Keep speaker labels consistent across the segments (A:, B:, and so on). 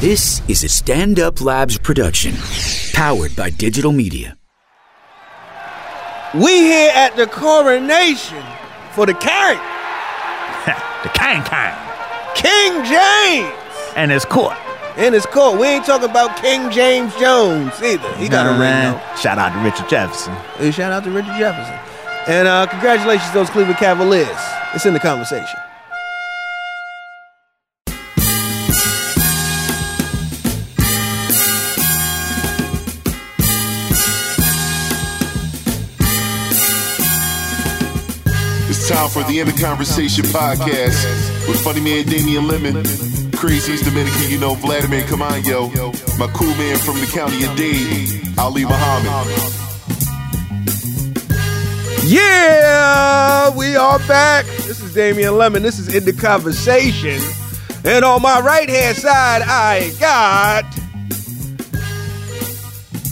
A: This is a Stand Up Labs production, powered by digital media.
B: We here at the coronation for the carrot,
C: the Kang Kang
B: King James
C: and his court.
B: and his court. We ain't talking about King James Jones either. He got a ring though.
C: Shout out to Richard Jefferson.
B: Hey, shout out to Richard Jefferson. And uh, congratulations to those Cleveland Cavaliers. It's in the conversation.
D: It's time for the End of Conversation podcast with funny man Damian Lemon, crazy East Dominican, you know, Vladimir Camayo, my cool man from the county of Dade, Ali Muhammad.
B: Yeah, we are back. This is Damian Lemon. This is in the conversation. And on my right hand side, I got.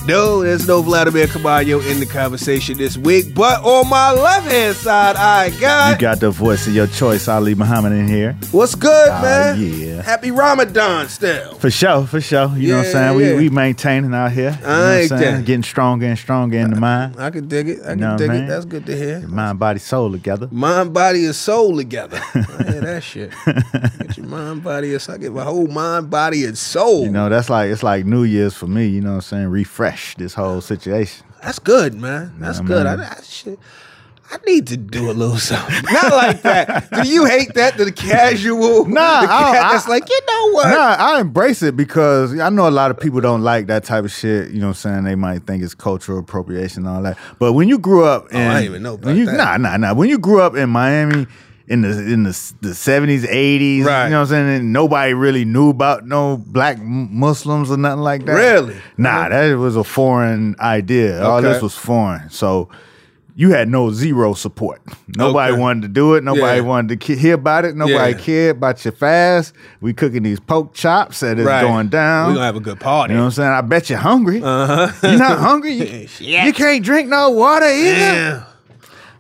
B: No, there's no Vladimir Caballo in the conversation this week. But on my left hand side, I
C: You
B: got.
C: got the voice of your choice, Ali Muhammad, in here.
B: What's good,
C: Ah,
B: man?
C: yeah.
B: Happy Ramadan still.
C: For sure, for sure. You know what I'm
B: Yeah,
C: saying?
B: yeah.
C: We, we maintaining out here. You know what I'm
B: like
C: saying?
B: that.
C: Getting stronger and stronger in the
B: Uh,
C: mind.
B: I can dig it. I can
C: Know what
B: dig
C: I
B: it.
C: mean?
B: That's good to hear.
C: Mind, body, soul together.
B: Mind, body, and soul together. I hear that shit. Get your mind, body, and soul. I get my whole mind, body, and soul.
C: You know, that's like it's like New Year's for me, you know what I'm saying? Refresh this whole situation.
B: That's good, man. That's
C: I
B: good.
C: mean-
B: I, I should. I need to do a little something. Not like that. Do you hate that? To the casual,
C: Nah,
B: the
C: I-
B: cat
C: I-
B: that's like, you know what?
C: Nah, I embrace it because I know a lot of people don't like that type of shit. You know what I'm saying? They might think it's cultural appropriation and all that. But when you grew up in
B: Oh, I didn't even know about
C: when you,
B: that.
C: Nah, nah, nah. When you grew up in Miami in the in the the seventies, eighties,
B: Right.
C: you know what I'm saying? And nobody really knew about no black m- Muslims or nothing like that.
B: Really? Uh-huh.
C: Nah, that was a foreign idea. All
B: Okay.
C: this was foreign. So you had no zero support. Nobody
B: Okay.
C: wanted to do it. Nobody
B: Yeah.
C: wanted to ki- hear about it. Nobody
B: Yeah.
C: cared about your fast. We cooking these poke chops and it's
B: Right.
C: going down.
B: We gonna have a good party.
C: You know what I'm saying? I bet you're hungry. Uh-huh. You're not hungry. You,
B: Shit.
C: you can't drink no water either.
B: Damn.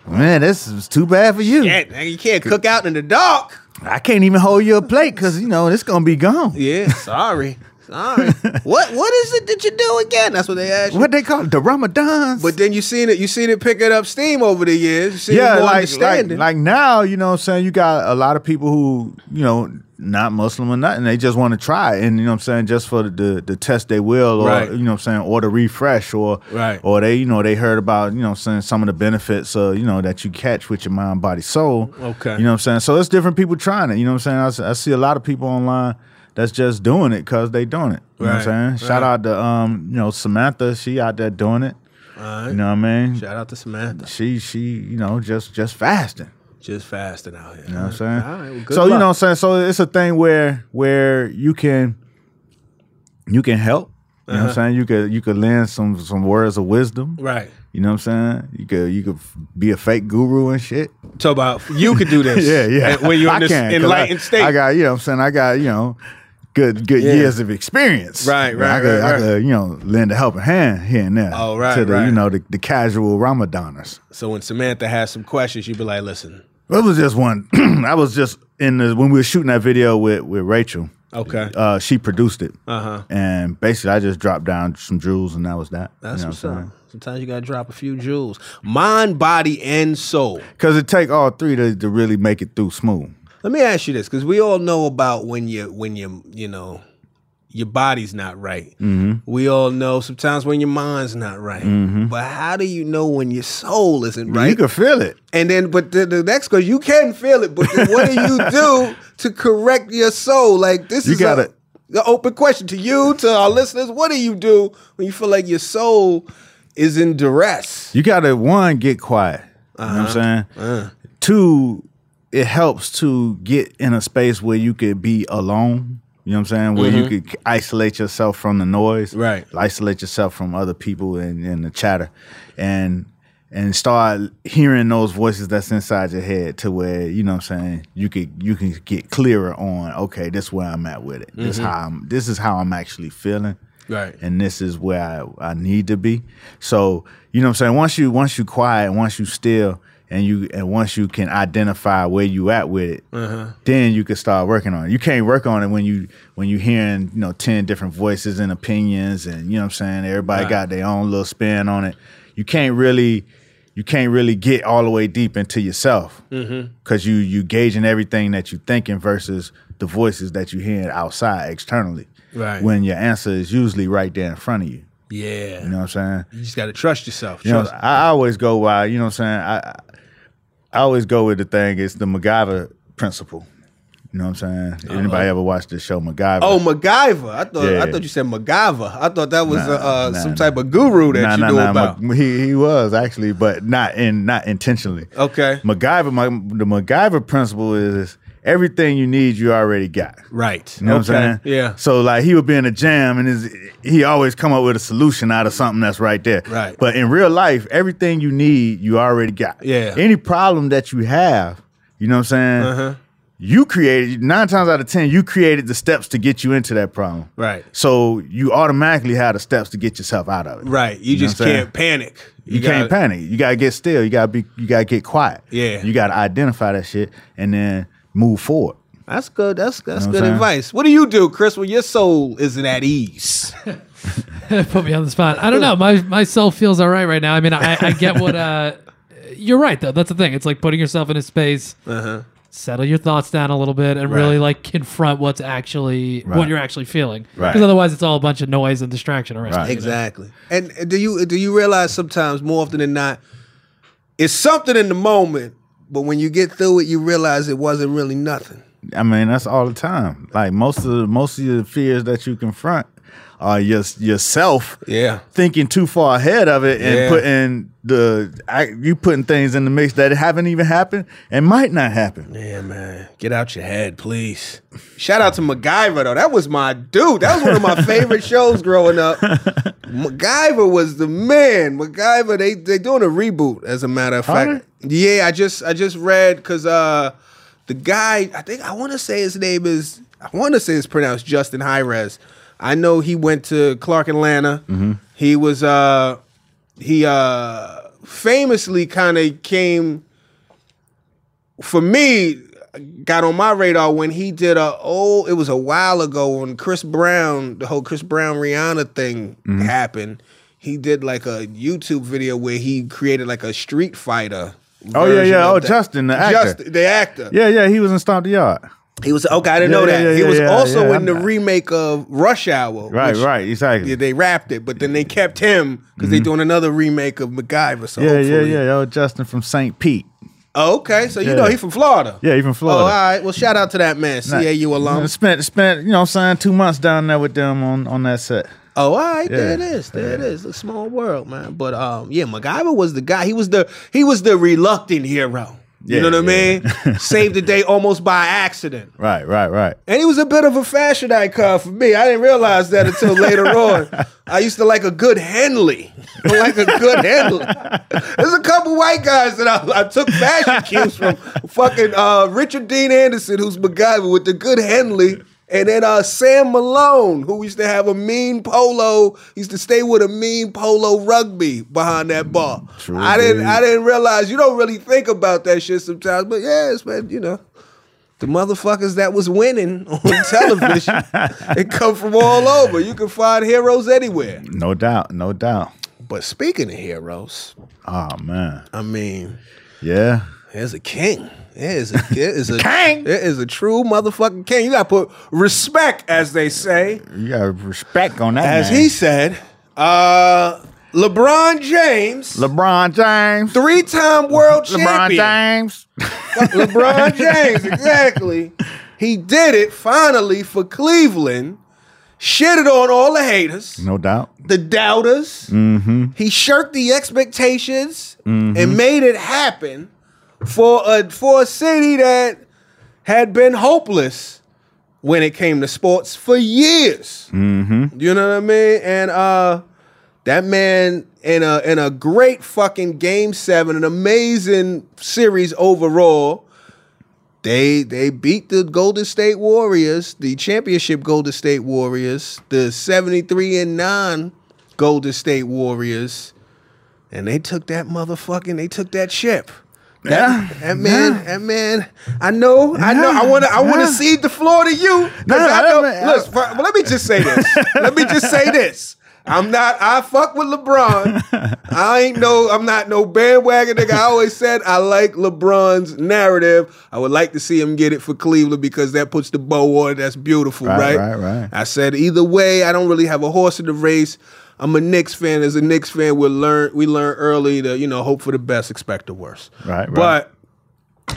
C: Man, this is too bad for you.
B: Yeah, nigga, you can't cook out in the dark.
C: I can't even hold you a plate because you know it's gonna be gone.
B: Yeah, sorry, sorry. what what is it that you do again? That's what they ask you.
C: What they call it? the Ramadans.
B: But then you seen it, you seen it picking up steam over the years. You seen it
C: yeah,
B: more
C: like, like
B: understanding.
C: like now, you know what I'm saying? You got a lot of people who, you know, not Muslim or nothing, they just want to try. And you know what I'm saying, just for the the, test they will or
B: Right.
C: you know what I'm saying, or the refresh or
B: Right.
C: or they, you know, they heard about, you know what I'm saying, some of the benefits uh, you know, that you catch with your mind, body, soul.
B: Okay.
C: You know what I'm saying? So it's different people trying it. You know what I'm saying? I s- I, see a lot of people online that's just doing it because they doing it. You know what
B: Right,
C: I'm saying? Shout
B: right.
C: out to um, you know, Samantha, she out there doing it.
B: All
C: You
B: right.
C: know what I mean?
B: Shout out to Samantha.
C: she she you know just just fasting
B: Just fasting out here.
C: you know what i'm saying
B: All right, well, good
C: so you
B: luck.
C: know what i'm saying so it's a thing where where you can you can help you
B: Uh-huh.
C: know what i'm saying you could you could lend some some words of wisdom
B: Right.
C: you know what i'm saying you could you could f- be a fake guru and shit
B: Talk about you could do this.
C: yeah yeah
B: And When you're in
C: I
B: this
C: can, 'cause
B: enlightened
C: I,
B: state.
C: i got you know what i'm saying i got you know Good, good
B: Yeah.
C: years of experience.
B: Right, right,
C: I could,
B: right,
C: I could, you know, lend a helping hand here and there.
B: Oh, right,
C: to the,
B: right.
C: you know, the, the casual Ramadaners.
B: so when Samantha has some questions, you'd be like, listen,
C: That was just one. I was just in the when we were shooting that video with with Rachel.
B: okay.
C: Uh, she produced it,
B: Uh-huh.
C: and basically I just dropped down some jewels, and that was that.
B: That's what's
C: what I'm
B: up. Sometimes you gotta drop a few jewels. Mind, body, and soul.
C: Because it take all three to, to really make it through smooth.
B: Let me ask you this, because we all know about when you when you you know your body's not right.
C: Mm-hmm.
B: We all know sometimes when your mind's not right. But how do you know when your soul isn't right?
C: You can feel it.
B: And then, but the, the next question, you can feel it, but then what do you do to correct your soul? Like this
C: You
B: is
C: gotta-
B: a, an open question to you, to our listeners. What do you do when you feel like your soul is in duress?
C: You gotta one get quiet. You know what I'm saying. Two, it helps to get in a space where you could be alone. You know what I'm saying? Where you could isolate yourself from the noise,
B: Right.
C: Isolate yourself from other people and, and the chatter, and and start hearing those voices that's inside your head to where you know what I'm saying you could you can get clearer on okay this where I'm at with it this how I'm this is how I'm actually feeling
B: Right.
C: and this is where I, I need to be. So, you know what I'm saying? Once you once you quiet, once you still, and you and once you can identify where you at with it, then you can start working on it. You can't work on it when you when you hearing you know ten different voices and opinions, and you know what I'm saying. Everybody got their own little spin on it. You can't really you can't really get all the way deep into yourself because you you gauging everything that you thinking versus the voices that you hearing outside externally.
B: Right.
C: When your answer is usually right there in front of you.
B: Yeah.
C: You know what I'm saying?
B: You just gotta trust yourself.
C: You know,
B: Trust.
C: I I always go by, you know what I'm saying? I, I always go with the thing, it's the MacGyver principle. You know what I'm saying? Anybody ever watched the show MacGyver?
B: Oh, MacGyver! I thought
C: Yeah.
B: I thought you said MacGyver. I thought that was
C: Nah,
B: uh, uh,
C: nah,
B: some
C: nah.
B: type of guru that
C: Nah,
B: you
C: nah,
B: knew
C: nah,
B: about.
C: Ma- he, he was actually, but not in not intentionally.
B: okay,
C: MacGyver, my, the MacGyver principle is everything you need, you already got.
B: right.
C: You know
B: okay.
C: what I'm saying?
B: Yeah.
C: So like he would be in a jam and his, he always come up with a solution out of something that's right there.
B: Right.
C: But in real life, everything you need, you already got.
B: Yeah.
C: Any problem that you have, you know what I'm saying?
B: Uh-huh.
C: You created nine times out of ten, you created the steps to get you into that problem.
B: Right.
C: So you automatically have the steps to get yourself out of it.
B: Right. You,
C: know
B: just
C: what I'm saying?
B: can't panic.
C: You,
B: gotta-
C: can't panic. You gotta get still. You gotta be. You gotta get quiet.
B: Yeah.
C: You gotta identify that shit and then move forward.
B: That's good. That's that's
C: what
B: good
C: I'm saying?
B: advice. What do you do, Chris, when your soul isn't at ease?
E: Put me on the spot. I don't know. My my soul feels all right right now. I mean, I, I get what. uh You're right though. That's the thing. It's like putting yourself in a space.
B: Uh-huh.
E: Settle your thoughts down a little bit and really like confront what's actually what
C: Right.
E: you're actually feeling.
C: Right.
E: Because otherwise, it's all a bunch of noise and distraction around.
C: Right.
E: you.
B: Exactly. And do you do you realize sometimes more often than not, it's something in the moment, but when you get through it, you realize it wasn't really nothing.
C: I mean, that's all the time. Like most of the, most of the fears that you confront are your, yourself
B: Yeah.
C: thinking too far ahead of it and
B: Yeah.
C: putting the I, you putting things in the mix that haven't even happened and might not happen.
B: Yeah, man. Get out your head, please. Shout out to MacGyver though. That was my dude. That was one of my favorite shows growing up. MacGyver was the man. MacGyver, they they doing a reboot, as a matter of fact.
C: Are
B: Yeah, I just I just read because uh the guy, I think I wanna say his name is I wanna say it's pronounced Justin Hi-Rez. I know he went to Clark Atlanta. He was uh he uh famously kind of came for me got on my radar when he did a oh it was a while ago when Chris Brown the whole Chris Brown Rihanna thing
C: Mm-hmm.
B: happened he did like a YouTube video where he created like a Street Fighter
C: Oh, yeah,
B: version
C: yeah.
B: of
C: Oh,
B: that.
C: Justin, the actor.
B: Justin, the actor
C: Yeah, yeah. He was in Stomp the Yard.
B: he was okay I didn't
C: Yeah,
B: know
C: yeah,
B: that
C: yeah,
B: he
C: yeah,
B: was
C: yeah,
B: also
C: yeah,
B: in the
C: I'm-
B: remake of Rush Hour
C: Right,
B: which-
C: right. Exactly.
B: yeah, they wrapped it, but then they kept him because they doing another remake of MacGyver. So
C: Mm-hmm. yeah, yeah,
B: hopefully-
C: yeah. Oh, Justin from St. Pete.
B: Oh, okay, so you
C: Yeah.
B: know he from Florida.
C: Yeah, he from
B: Oh,
C: Florida.
B: all right. Well, shout out to that man, CAU alum.
C: Spent spent you know saying two months down there with them on on that set.
B: Oh, all right, there
C: Yeah,
B: it is. There it is. A small world, man. But um, yeah, MacGyver was the guy. He was the he was the reluctant hero. You
C: Yeah,
B: know what
C: yeah.
B: I mean? Saved the day almost by accident.
C: Right, right, right.
B: And he was a bit of a fashion icon for me. I didn't realize that until later on. I used to like a good Henley. I like a good Henley. There's a couple white guys that I, I took fashion cues from. Fucking uh, Richard Dean Anderson, who's MacGyver, with the good Henley. And then uh, Sam Malone, who used to have a mean polo, used to stay with a mean polo rugby behind that bar.
C: True
B: I didn't,
C: indeed.
B: I didn't realize. You don't really think about that shit sometimes, but yeah, it's been, you know the motherfuckers that was winning on television it come from all over you can find heroes anywhere
C: No doubt, no doubt.
B: but speaking of heroes
C: Oh man,
B: i mean
C: yeah.
B: there's a king there's a there's a king there is a true motherfucking king you gotta put respect as they say
C: You got respect on that.
B: as
C: man.
B: he said uh lebron james
C: LeBron James.
B: three-time world
C: LeBron
B: champion
C: James.
B: LeBron James, exactly. He did it finally for Cleveland. Shitted on all the haters,
C: No doubt.
B: the doubters. He shirked the expectations and made it happen for a for a city that had been hopeless when it came to sports for years. You know what I mean? And uh that man in a in a great fucking game seven, an amazing series overall. They they beat the Golden State Warriors, the championship Golden State Warriors, the 73 and 9 Golden State Warriors, and they took that motherfucking, they took that ship.
C: Yeah.
B: That man, that man. I know, I know. I want to, I want to
C: Yeah.
B: cede the floor to you. 'cause
C: No,
B: I
C: I
B: know.
C: don't-
B: look, fu- well, let me just say this. let me just say this. I'm not. I fuck with LeBron. I ain't no. I'm not no bandwagon nigga. I always said I like LeBron's narrative. I would like to see him get it for Cleveland because that puts the bow on. it. That's beautiful, right?
C: Right, right, right.
B: I said either way, I don't really have a horse in the race. I'm a Knicks fan. As a Knicks fan, we learn we learn early to you know hope for the best, expect the worst.
C: Right, right.
B: But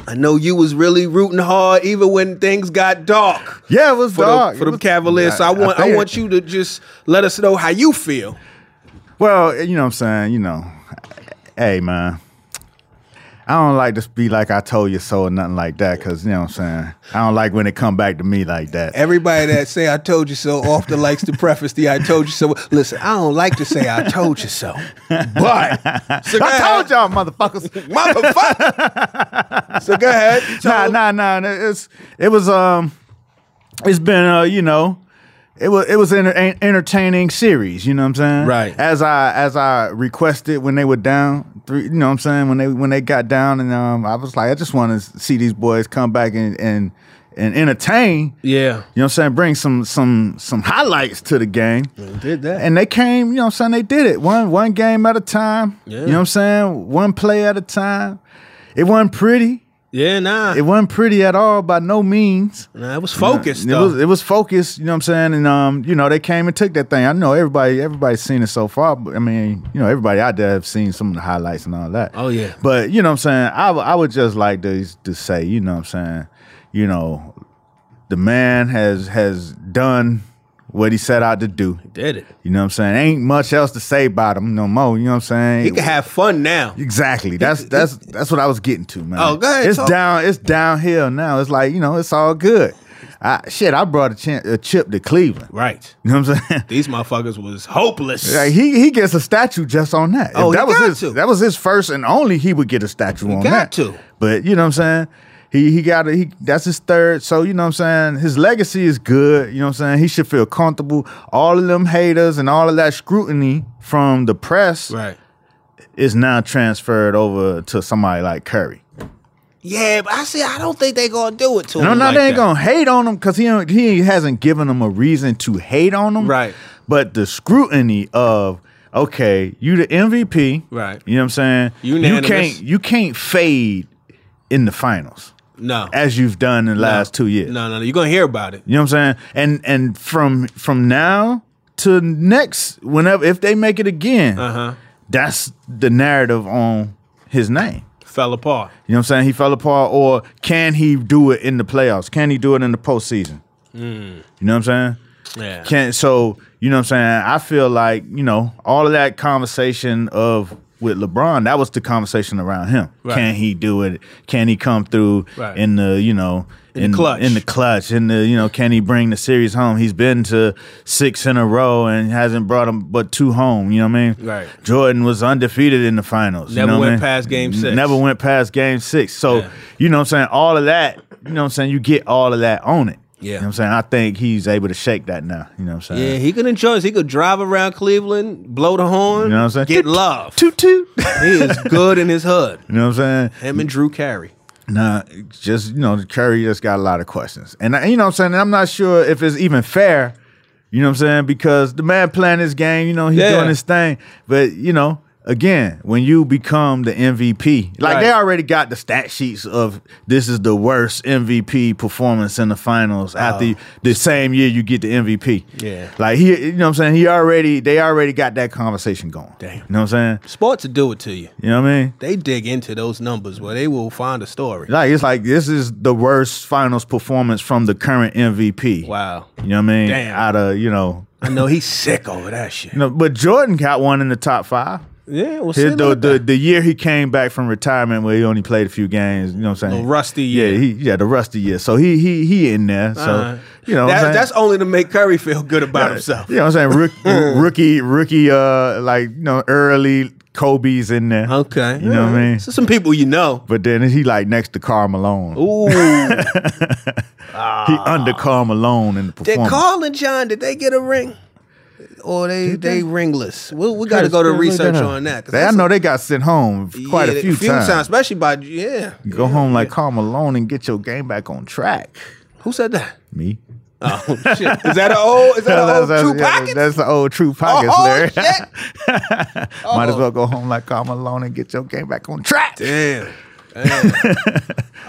B: I know you was really rooting hard, even when things got dark
C: Yeah, it was
B: for,
C: dark.
B: the,
C: It
B: for the
C: was-
B: Cavaliers. so I want I,
C: figured.
B: want you to just let us know how you feel.
C: Well, you know what I'm saying, you know. Hey man. I don't like to be like I told you so or nothing like that, cause you know what I'm saying. I don't like when it come back to me like that.
B: Everybody that say "I told you so" often likes to preface the "I told you so." Listen, I don't like to say "I told you so," but so go
C: I
B: ahead.
C: told y'all motherfuckers.
B: motherfucker. so go ahead.
C: nah, nah, nah. nah, It's it was um, it's been uh, you know, it was it was an en- entertaining series. You know what I'm saying?
B: Right.
C: As I as I requested when they were down three. You know what I'm saying? When they when they got down and um, I was like, I just want to see these boys come back and and and entertain.
B: Yeah,
C: You know what I'm saying? Bring some some some highlights to the game.
B: did that.
C: And they came, you know what I'm saying? They did it. One one game at a time. You know what I'm saying? One play at a time. It wasn't pretty.
B: yeah, nah.
C: It wasn't pretty at all by no means.
B: Nah, it was focused.
C: It
B: though.
C: was it was focused, you know what I'm saying? And um, you know, they came and took that thing. I know everybody everybody's seen it so far, but I mean, you know, everybody out there have seen some of the highlights and all that.
B: Oh, yeah.
C: But you know what I'm saying? I w- I would just like to to say, you know what I'm saying, you know, the man has has done what he set out to do.
B: did it.
C: You know what I'm saying? Ain't much else to say about him no more. You know what I'm saying?
B: He can have fun now.
C: Exactly. That's that's that's what I was getting to, man.
B: Oh, go ahead,
C: It's
B: talk.
C: down. It's downhill now. It's like you know, it's all good. I, shit, I brought a, chin, a chip to Cleveland.
B: Right.
C: You know what I'm saying?
B: These motherfuckers was hopeless.
C: Like he he gets a statue just on that. If
B: Oh, he
C: that was
B: got
C: his
B: to.
C: that was his first and only. He would get a statue on
B: got
C: that.
B: to.
C: But you know what I'm saying? He he got a, he that's his third. So you know what I'm saying? His legacy is good. You know what I'm saying? He should feel comfortable. All of them haters and all of that scrutiny from the press
B: Right.
C: is now transferred over to somebody like Curry.
B: Yeah, but I see. I don't think they gonna do it to him.
C: No, no,
B: like
C: they ain't
B: that.
C: gonna hate on him because he don't- he hasn't given them a reason to hate on him.
B: Right.
C: But the scrutiny of okay, you the MVP.
B: Right.
C: You know what I'm saying?
B: Unanimous.
C: You can't you can't fade in the finals
B: No,
C: as you've done in the last two years.
B: no, no, no. You gonna hear about it?
C: You know what I'm saying? And and from from now to next, whenever if they make it again, uh-huh. that's the narrative on his name.
B: Fell apart.
C: You know what I'm saying? He fell apart, or can he do it in the playoffs? Can he do it in the postseason? You know what I'm saying?
B: Yeah.
C: Can so you know what I'm saying? I feel like you know all of that conversation of with LeBron, that was the conversation around him.
B: Right.
C: Can he do it? Can he come through
B: Right.
C: in the you know in,
B: clutch.
C: In the clutch, in the you know, can he bring the series home? He's been to six in a row and hasn't brought them but two home. You know what I mean?
B: Right.
C: Jordan was undefeated in the finals. You
B: Never
C: know what I
B: went
C: mean?
B: past game
C: N-
B: six.
C: Never went past game six. So,
B: Yeah.
C: you know what I'm saying? All of that, you know what I'm saying? You get all of that on it.
B: Yeah.
C: You know what I'm saying? I think he's able to shake that now. You know what I'm
B: Yeah,
C: saying?
B: he could enjoy. He could drive around Cleveland, blow the horn.
C: You know what I'm saying?
B: Get love.
C: Toot toot. you
B: he is good in his hood.
C: know what I'm saying?
B: Him and Drew Carey.
C: Nah, just you know, Curry just got a lot of questions, and I- you know what I'm saying. I'm not sure if it's even fair. You know what I'm saying because the man playing his game. You know he's
B: Yeah.
C: doing his thing, but you know. Again, when you become the MVP, like they
B: Right.
C: already got the stat sheets of this is the worst MVP performance in the finals after you- the same year you get the MVP.
B: Oh. Yeah.
C: like he, you know what I'm saying. He already, they already got that conversation going.
B: Damn.
C: you know what I'm saying.
B: Sports will do it to you.
C: You know what I mean?
B: They dig into those numbers where they will find a story.
C: Like it's like this is the worst finals performance from the current MVP.
B: Wow.
C: You know what I mean?
B: Damn.
C: Out of you know,
B: I know he's sick over that shit.
C: you know, but Jordan got one in the top five.
B: Yeah, well,
C: His-
B: see,
C: the,
B: look
C: the,
B: at
C: the year he came back from retirement where he only played a few games, you know what I'm saying?
B: The rusty year.
C: Yeah, he, yeah, the rusty year. So he he he in there. So
B: Uh-huh.
C: you know what I'm
B: that,
C: saying?
B: that's only to make Curry feel good about himself.
C: you know what I'm saying? Rook, rookie rookie uh like you know early Kobe's in there.
B: Okay.
C: You know what I mean?
B: So some people you know.
C: But then he like next to Carl Malone.
B: Ooh.
C: He under Carl Malone in the
B: Did
C: performance.
B: Carl and John, did they get a ring? or they they, ringless. We, we got to go to
C: Really
B: research
C: don't know.
B: on that. 'cause
C: They, I
B: that's
C: know they got sent
B: a-
C: home quite
B: yeah,
C: a few, times.
B: especially by yeah.
C: Go home like Carl Malone and get your game back on track.
B: Who said that?
C: Me.
B: Oh shit! Is that an old? Is that an old
C: that's,
B: true
C: yeah,
B: pocket?
C: that's the old true pockets,
B: oh
C: Larry.
B: shit! Oh.
C: Might as well go home like Carl Malone and get your game back on track.
B: Damn. Damn.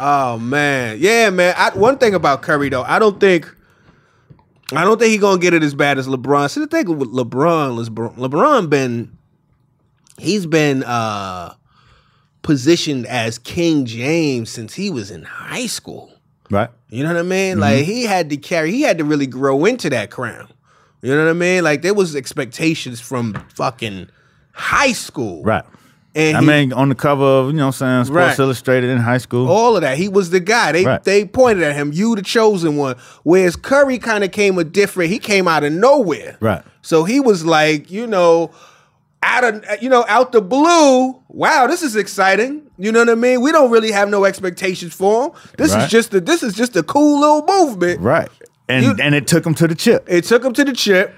B: oh man, yeah, man. I, one thing about Curry though, I don't think, I don't think he gonna get it as bad as LeBron. See the thing with LeBron, LeBron, LeBron been, he's been uh positioned as King James since he was in high school.
C: Right.
B: You know what I mean? Like he had to carry, he had to really grow into that crown. You know what I mean? Like there was expectations from fucking high school,
C: Right.
B: And
C: I
B: he-
C: mean, on the cover of, you know what I'm saying, Sports
B: Right. Oh.
C: Illustrated in high school.
B: all of that. He was the guy. They
C: Right.
B: they pointed at him. You the chosen one. Whereas Curry kind of came a different. He came out of nowhere.
C: Right.
B: So he was like, you know, out of you know, out the blue. Wow, this is exciting. You know what I mean? We don't really have no expectations for him. This
C: Right.
B: is just a this is just a cool little movement.
C: Right. And
B: You-
C: and it took him to the chip.
B: It took him to the chip.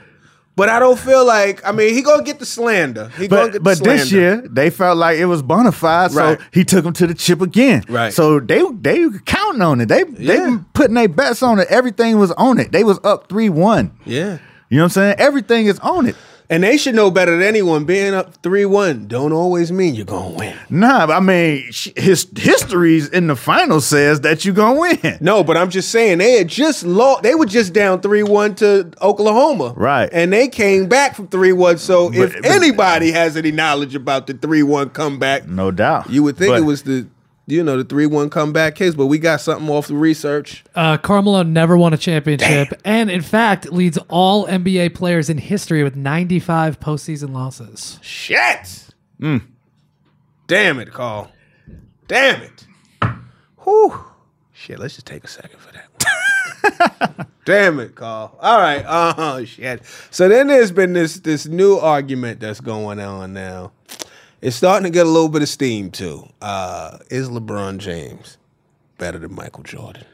B: But I don't feel like I mean he gonna get the slander. He gonna
C: But
B: get
C: but
B: the
C: this
B: slander.
C: year they felt like it was bona fide,
B: Right.
C: so he took him to the chip again.
B: Right.
C: So they they counting on it. They they
B: Yeah.
C: putting their bets on it. Everything was on it. They was up three one.
B: Yeah.
C: You know what I'm saying? Everything is on it.
B: And they should know better than anyone. Being up three one don't always mean you're gonna win.
C: Nah, but I mean sh- his histories in the final says that you gonna win.
B: No, but I'm just saying they had just lost. They were just down three one to Oklahoma,
C: Right.
B: And they came back from three one. So if
C: But- but-
B: anybody has any knowledge about the three one comeback,
C: No doubt.
B: you would think
C: But
B: it was the you know the three one comeback case. But we got something off the research.
E: Uh, Carmelo never won a championship, and in fact leads all NBA players in history with 95 postseason losses.
B: Shit! Damn it, Carl! Damn it! Whew! Shit! Let's just take a second for that. one. Damn it, Carl! All right. Oh shit! So then there's been this this new argument that's going on now. It's starting to get a little bit of steam too. Uh, is LeBron James better than Michael Jordan?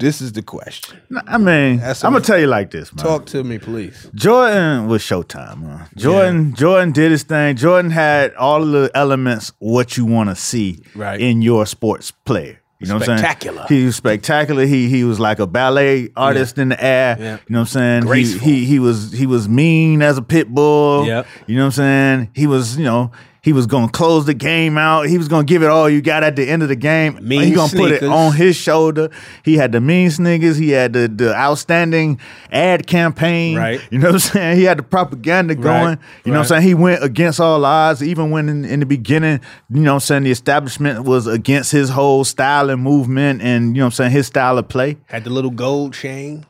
B: This is the question.
C: Nah, I mean, I'm
B: That's
C: gonna
B: what-
C: tell you like this, man.
B: Talk to me, please.
C: Jordan was Showtime. Man. Jordan, Jordan did his thing. Jordan had all of the elements what you want to see
B: Right.
C: in your sports player. You know what I'm saying?
B: Spectacular.
C: He was spectacular. He he was like a ballet artist in the air.
B: Yeah.
C: You know what I'm saying?
B: Graceful.
C: He, he he was he was mean as a pit bull.
B: Yep.
C: You know what I'm saying? He was you know. He was gonna close the game out. He was gonna give it all you got at the end of the game.
B: Mean
C: he gonna put it
B: sneakers.
C: on his shoulder. He had the mean sneakers. He had the, the outstanding ad campaign.
B: Right.
C: You know what I'm saying? He had the propaganda going.
B: Right,
C: You know what I'm
B: right.
C: saying? He went against all odds, even when in, in the beginning, you know what I'm saying, the establishment was against his whole style and movement and, you know what I'm saying, his style of play.
B: Had the little gold chain.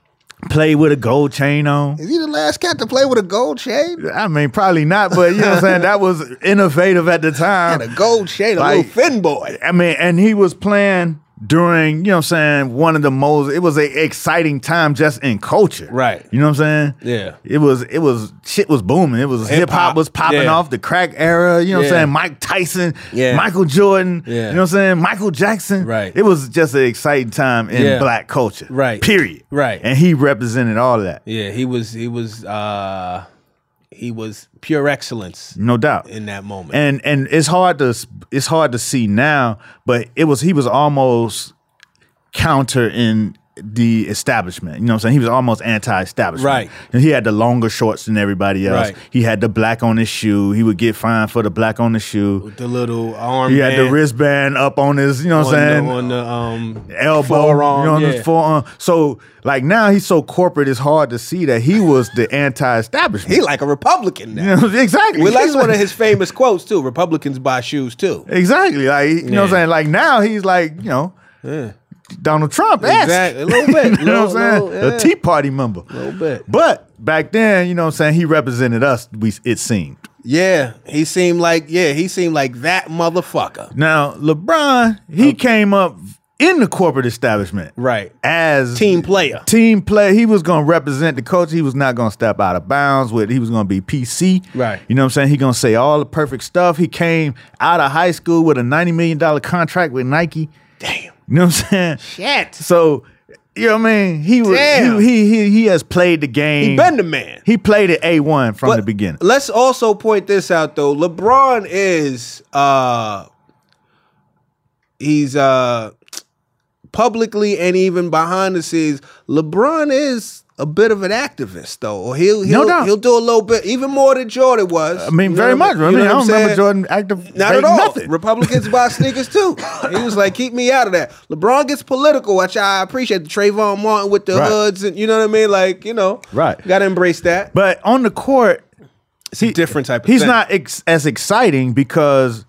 C: Play with a gold chain on.
B: Is he the last cat to play with a gold chain?
C: I mean, probably not, but you know what I'm saying? That was innovative at the time.
B: Had a gold chain, a
C: Like-
B: little thin boy.
C: I mean, and he was playing during, you know what I'm saying, one of the most it was a exciting time just in culture.
B: Right.
C: You know what I'm saying?
B: Yeah.
C: It was it was shit was booming. It was hip hop was popping
B: yeah.
C: off, the crack era, you know what
B: Yeah.
C: I'm saying? Mike Tyson,
B: Yeah.
C: Michael Jordan,
B: Yeah.
C: you know what I'm saying? Michael Jackson.
B: Right.
C: It was just an exciting time in
B: Yeah.
C: black culture.
B: Right.
C: Period.
B: Right.
C: And he represented all that.
B: Yeah, he was he was uh he was pure excellence
C: No doubt.
B: in that moment.
C: and and it's hard to it's hard to see now, but it was he was almost counter in the establishment. You know what I'm saying? He was almost anti-establishment.
B: Right.
C: And he had the longer shorts than everybody else.
B: Right.
C: He had the black on his shoe. He would get fined for the black on the shoe.
B: the little arm
C: He had the wristband up on his, you know
B: on
C: what I'm saying?
B: the, on the um
C: elbow,
B: forearm,
C: you know, on
B: yeah.
C: his forearm. So like now he's so corporate, it's hard to see that he was the anti-establishment.
B: He like a Republican now.
C: You know, exactly.
B: Well, that's
C: He's
B: one
C: like-
B: of his famous quotes too. Republicans buy shoes too.
C: Exactly. Like you know what I'm
B: Yeah.
C: saying? Like now he's like, you know, Donald Trump
B: Exactly. A little bit.
C: you know what I'm
B: Little-
C: saying?
B: little, yeah.
C: A Tea Party member.
B: Little bit.
C: But back then, you know what I'm saying, he represented us, we it seemed.
B: Yeah, he seemed like yeah, he seemed like that motherfucker.
C: Now, LeBron, he came up in the corporate establishment.
B: Right.
C: As
B: Team player.
C: Team play. He was gonna represent the coach. He was not gonna step out of bounds with he was gonna be PC.
B: Right.
C: You know what I'm saying? He gonna say all the perfect stuff. He came out of high school with a $90 million contract with Nike.
B: Damn.
C: You know what I'm saying?
B: Shit.
C: So You know what I mean? He was
B: Damn.
C: he, he he he has played the game.
B: He been the man.
C: He played it A one from
B: But
C: the beginning.
B: Let's also point this out though. LeBron is uh he's uh publicly and even behind the scenes, LeBron is a bit of an activist though. Or he'll he'll,
C: doubt.
B: he'll do a little bit even more than Jordan was.
C: I mean, very much. I mean, I don't remember Jordan active.
B: Not at all.
C: Nothing.
B: Republicans buy sneakers too. He was like, "Keep me out of that." LeBron gets political, which I appreciate. Trayvon Martin with the
C: Right.
B: hoods, and you know what I mean. Like, you know,
C: Right.
B: Got to embrace that.
C: But on the court,
B: It's a different type of
C: he's
B: thing.
C: not ex- as exciting because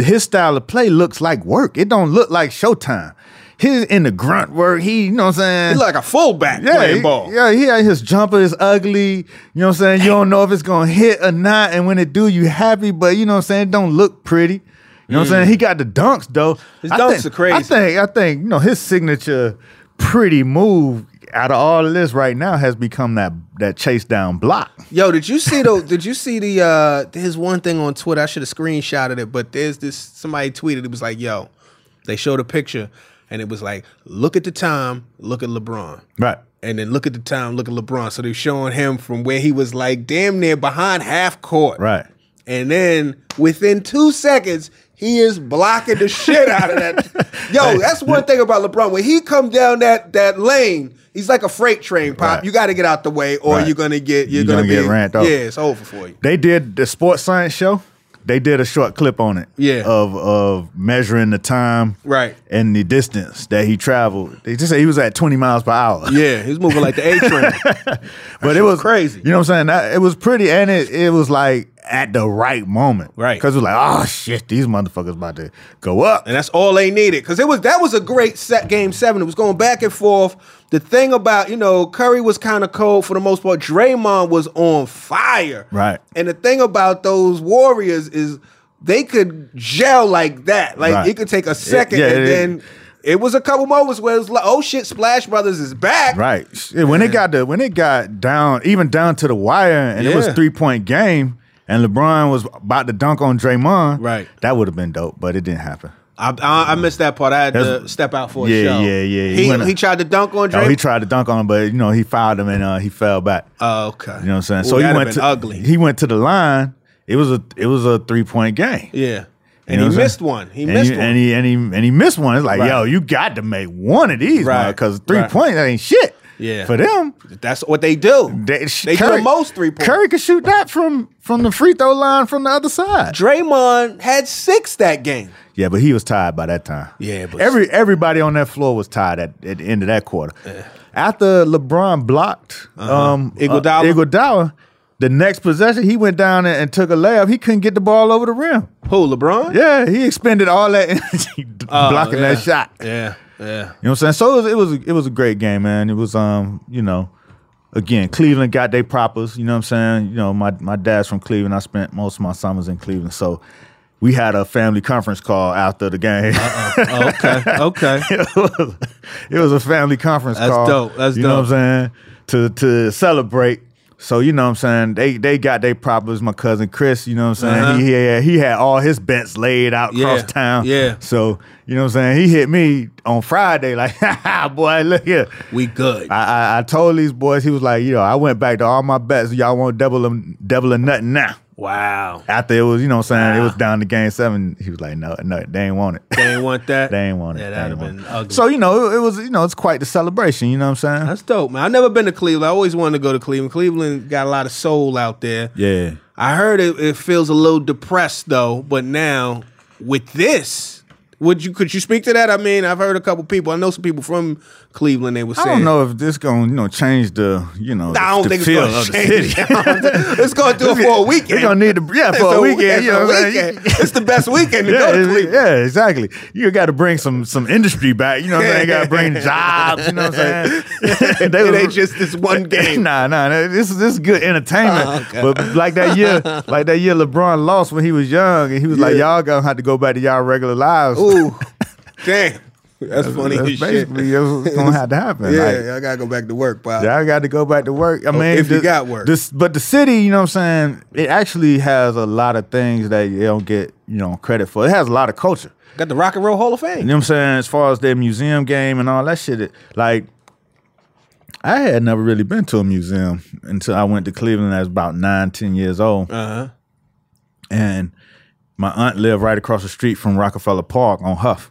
C: his style of play looks like work. It don't look like showtime. He's in the grunt work. He, you know what I'm saying?
B: He's like a fullback
C: he-
B: playing ball.
C: Yeah, yeah, his jumper is ugly. You know what I'm saying? You don't know if it's gonna hit or not. And when it do, you happy, but you know what I'm saying? It don't look pretty. You know what I'm saying? He got the dunks though.
B: Mm. His
C: I
B: dunks
C: think-
B: are crazy.
C: I think I think, you know, his signature pretty move out of all of this right now has become that that chase down block.
B: Yo, did you see though? Did you see the? uh There's one thing on Twitter. I should have screenshotted it, but there's this. Somebody tweeted. It was like, yo, they showed a picture, and it was like, look at the time, look at LeBron.
C: Right.
B: And then look at the time, look at LeBron. So they're showing him from where he was like damn near behind half court.
C: Right.
B: And then within two seconds, he is blocking the shit out of that. Yo, that's one thing about LeBron. When he come down that that lane, he's like a freight train, pop.
C: Right.
B: You got to get out the way, or
C: Right.
B: you're gonna get you're,
C: You're
B: gonna,
C: gonna get
B: be
C: ran
B: Yeah,
C: over.
B: it's over for you.
C: They did the sports science show. They did a short clip on it.
B: Yeah.
C: Of of measuring the time.
B: Right.
C: And the distance that he traveled. They just said he was at 20 miles per hour.
B: Yeah, he's moving like the A train.
C: but it was
B: crazy.
C: You know what I'm saying? That- it was pretty, and it it was like at the right moment,
B: Right.
C: Because it was like, oh shit, these motherfuckers about to go up.
B: and that's all they needed because it was that was a great set game seven. It was going back and forth. The thing about you know Curry was kind of cold for the most part. Draymond was on fire,
C: Right.
B: And the thing about those Warriors is they could gel like that. Like
C: Right.
B: it could take a second,
C: yeah,
B: and
C: it-
B: then it was a couple moments where it was like, oh shit, Splash Brothers is back,
C: Right. Shit, When it got the when it got down, even down to the wire, and it was
B: Yeah.
C: three point game, and LeBron was about to dunk on Draymond,
B: Right.
C: That would have been dope, but it didn't happen.
B: I, I, I missed that part. I had to
C: That's-
B: step out for a show.
C: Yeah, yeah, yeah. He
B: He,
C: went-
B: he tried to dunk on
C: Oh,
B: Draymond.
C: he tried to dunk on him, but you know he fouled him and uh, he fell back.
B: Oh, okay.
C: You know what I'm saying?
B: so he
C: he
B: went
C: to
B: ugly.
C: He went to the line. It was a it was a three point game.
B: yeah,
C: You
B: and
C: know
B: he
C: what I'm
B: missed
C: saying?
B: one. He
C: and
B: missed
C: you-
B: one.
C: And he, and he and he missed one. It's like,
B: Right.
C: yo, you got to make one of these,
B: Right.
C: right? Because three
B: Right.
C: points that ain't shit.
B: Yeah.
C: for them,
B: That's what they do.
C: they,
B: do the most three-point.
C: Curry could shoot that from from the free throw line from the other side.
B: Draymond had six that game.
C: Yeah, but he was tired by that time.
B: Yeah, but-
C: every everybody on that floor was tired at, at the end of that quarter. After LeBron blocked um, uh,
B: Uh-huh. Iguodala.
C: Iguodala, the next possession he went down and, and took a layup. He couldn't get the ball over the rim.
B: Who, LeBron?
C: Yeah, he expended all that energy
B: Oh,
C: blocking
B: yeah.
C: that shot.
B: Yeah, yeah.
C: You know what I'm saying? So it was, it was it was a great game, man. It was um, you know, again, Cleveland got their propers, you know what I'm saying? You know, my my dad's from Cleveland. I spent most of my summers in Cleveland. So we had a family conference call after the game.
B: Okay, okay.
C: it, was, it was a family conference
B: That's
C: call.
B: dope. That's
C: you know what I'm saying? To to celebrate. So you know what I'm saying? They they got their propers. My cousin Chris, you know what I'm saying?
B: Uh-huh.
C: He, he had he had all his bets laid out
B: Yeah.
C: across town.
B: Yeah.
C: So, you know what I'm saying? He hit me on Friday, like, "Ha, ha, boy, look here.
B: We good.
C: I, I I told these boys, he was like, you know, I went back to all my bets. Y'all want double them double or nothing now.
B: wow.
C: After it was, you know what I'm saying, it was down to game seven. He was like, no, no, they ain't want it.
B: They ain't want that.
C: They ain't want it.
B: Yeah,
C: They
B: that'd
C: ain't
B: have
C: want
B: been
C: it.
B: ugly.
C: So you know, it, it was you know, it's quite the celebration. You know what I'm saying?
B: That's dope, man. I've never been to Cleveland. I always wanted to go to Cleveland. Cleveland got a lot of soul out there.
C: Yeah,
B: I heard it, it feels a little depressed though, but now with this, would you could you speak to that? I mean, I've heard a couple people. I know some people from Cleveland. They were
C: I
B: saying,
C: don't know if this gonna you know change the you know
B: I don't
C: the
B: think it's
C: feel
B: gonna
C: of the
B: change.
C: city.
B: It's gonna do it for a weekend.
C: We're gonna need to yeah
B: It's
C: for
B: a
C: a
B: week-
C: weekend.
B: it's
C: You
B: a
C: know what I'm saying?
B: weekend. It's the best weekend to
C: Yeah,
B: go to
C: it's-
B: Cleveland.
C: yeah, exactly. You got to bring some some industry back. You know what I'm saying? Got to bring jobs. You know what I'm saying?
B: It ain't just this one game.
C: Nah, nah. nah, This is this is good entertainment.
B: Oh, okay.
C: But like that year, like that year, LeBron lost when he was young, and he was like, "Y'all gonna have to go back to y'all regular lives."
B: Ooh, damn. That's funny
C: That's
B: as shit.
C: basically what's gonna have to happen.
B: Yeah,
C: Like,
B: I gotta go back to work, Bob.
C: I got to go back to work. I mean,
B: if you
C: the-
B: got work.
C: this- but the city, you know what I'm saying? It actually has a lot of things that you don't get, you know, credit for. It has a lot of culture.
B: Got the Rock and Roll Hall of Fame.
C: You know what I'm saying? As far as their museum game and all that shit, it, like I had never really been to a museum until I went to Cleveland. I was about nine, ten years old.
B: Uh-huh.
C: And my aunt lived right across the street from Rockefeller Park on Huff.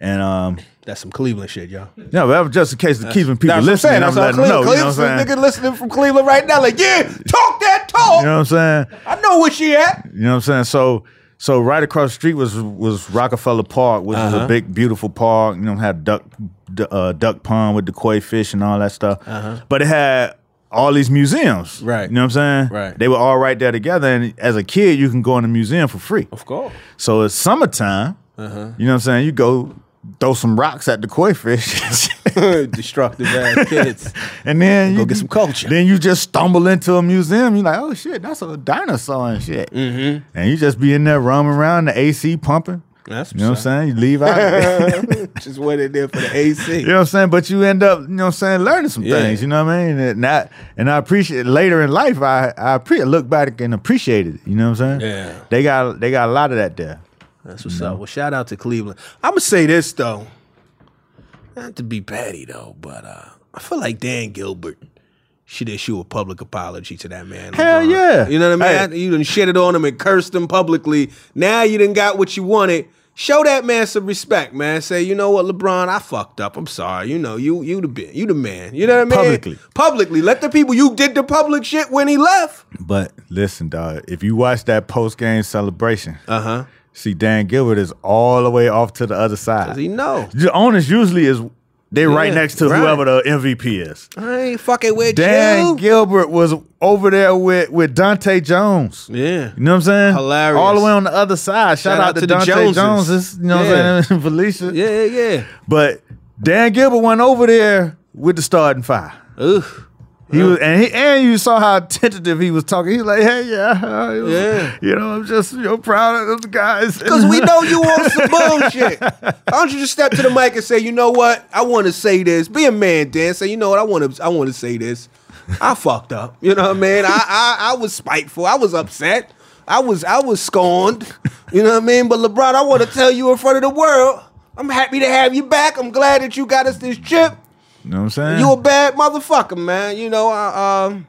C: And um,
B: That's some Cleveland shit, y'all.
C: no, that was just in case of keeping people listening. I'm, letting them know. You know what I'm saying?
B: nigga listening from Cleveland right now. Like, yeah, talk that talk.
C: You know what I'm saying?
B: I know where she at.
C: You know what I'm saying? So so right across the street was was Rockefeller Park, which is
B: Uh-huh.
C: a big, beautiful park. You know, had duck d- uh, duck pond with the koi fish and all that stuff. But it had all these museums.
B: Uh-huh. Right.
C: You know what I'm saying?
B: Right.
C: They were all right there together. And as a kid, you can go in the museum for free.
B: Of Uh-huh. course.
C: So it's summertime. You know what I'm saying? You go throw some rocks at the koi fish.
B: Destructive ass kids.
C: And then
B: Go
C: you
B: get some culture.
C: Then you just stumble into a museum. You're like, oh shit, that's a dinosaur and shit. Mm-hmm. And you just be in there roaming around, the AC pumping.
B: That's
C: you know what I'm saying. You leave out.
B: Just went in there for the AC.
C: you know what I'm saying. But you end up, you know what I'm saying, learning some
B: Yeah.
C: things. You know what I mean. And I and I appreciate later in life. I I pre- look back and appreciate it. You know what I'm saying.
B: Yeah.
C: They got they got a lot of that there.
B: That's what's up. Well, shout out to Cleveland. I'm gonna say this though, not to be petty though, but uh, I feel like Dan Gilbert should issue a public apology to that man.
C: Hell
B: LeBron.
C: yeah.
B: You know what I mean?
C: Hey.
B: You done shitted on him and cursed him publicly. Now you done got what you wanted. Show that man some respect, man. Say, you know what, LeBron, I fucked up. I'm sorry. You know, you you the bi- you the man. You know what I mean?
C: Publicly.
B: publicly. Let the people. You did the public shit when he left.
C: But listen, dog. If you watch that post game celebration,
B: Uh huh.
C: see Dan Gilbert is all the way off to the other side.
B: Does he know?
C: The onus usually is they right
B: Yeah,
C: next to
B: right.
C: whoever the MVP is.
B: I ain't fucking with
C: Dan
B: you.
C: Gilbert was over there with with Dante Jones.
B: yeah.
C: You know what I'm saying?
B: Hilarious.
C: All the way on the other side. Shout, out, to,
B: the
C: Dante
B: Joneses.
C: Jones. You know
B: Yeah.
C: what I'm saying? Felicia.
B: Yeah, yeah, yeah.
C: But Dan Gilbert went over there with the starting five.
B: Ugh.
C: He was, and he, and you saw how tentative he was talking. He's like, "Hey, yeah, uh, it was-
B: Yeah.
C: you know, I'm just, you know, proud of the guys."
B: Because we know you on some bullshit. Why don't you just step to the mic and say, you know what? I want to say this. Be a man, Dan. Say, you know what? I want to. I want to say this. I fucked up. You know what I mean? I, I I was spiteful. I was upset. I was I was scorned. You know what I mean? But LeBron, I want to tell you in front of the world, I'm happy to have you back. I'm glad that you got us this chip.
C: You know what I'm saying?
B: You a bad motherfucker, man. You know I um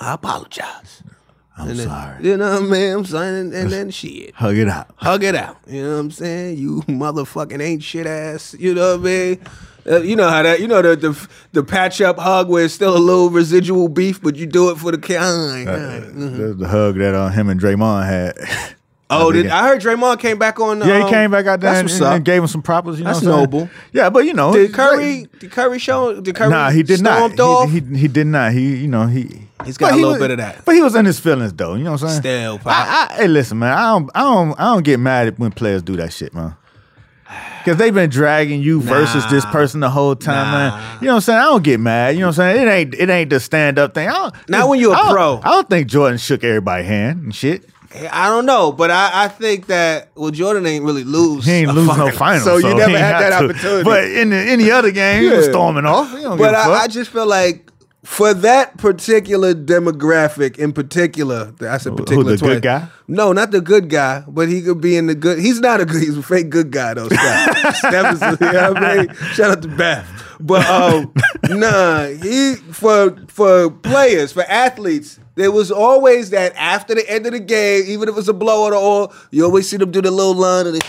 B: I apologize.
C: I'm sorry.
B: You know what I mean? I'm saying and, and then shit.
C: Hug it out.
B: hug it out. You know what I'm saying? You motherfucking ain't shit ass. You know what I mean? Uh, you know how that? You know the, the the patch up hug where it's still a little residual beef, but you do it for the kind.
C: Uh,
B: Mm-hmm.
C: That's the hug that uh, him and Draymond had.
B: oh, did,
C: think-
B: I heard Draymond came back on.
C: yeah,
B: um,
C: he came back out there
B: That's
C: and,
B: what's
C: and-
B: up.
C: and gave him some props. You know
B: That's
C: what I'm saying?
B: noble.
C: Yeah, but you know,
B: did Curry? Did Curry show? Did Curry?
C: nah, he did
B: stormed
C: not.
B: Off?
C: He, he he did not. He you know he
B: He's got
C: but
B: a
C: he
B: little
C: was-
B: bit of that.
C: But he was in his feelings though. You know what I'm saying?
B: Still, Pop.
C: I, I, hey, listen, man. I don't I don't I don't get mad at when players do that shit, man. Cause they've been dragging you versus this person the whole time, man. You know what I'm saying? I don't get mad. You know what I'm saying? It ain't it ain't the stand up thing. I don't,
B: Not when you a
C: I don't-
B: pro.
C: I don't think Jordan shook everybody's hand and shit.
B: I don't know, but I, I think that well, Jordan ain't really lose.
C: He ain't
B: a
C: lose no
B: fucking-
C: finals,
B: so you never
C: he
B: had
C: ain't
B: that
C: got to.
B: opportunity.
C: But in the, any other game, he was storming off. He don't
B: But
C: give a
B: I,
C: fuck.
B: I just feel like for that particular demographic in particular, I said particular.
C: the
B: twice.
C: good guy?
B: No, not the good guy, but he could be in the good. He's not a good. He's a fake good guy though. Steph, Steph is, you know what I mean? Shout out to Beth. But um, nah, he for for players for athletes. There was always that after the end of the game, even if it's a blowout or all, you always see them do the little line and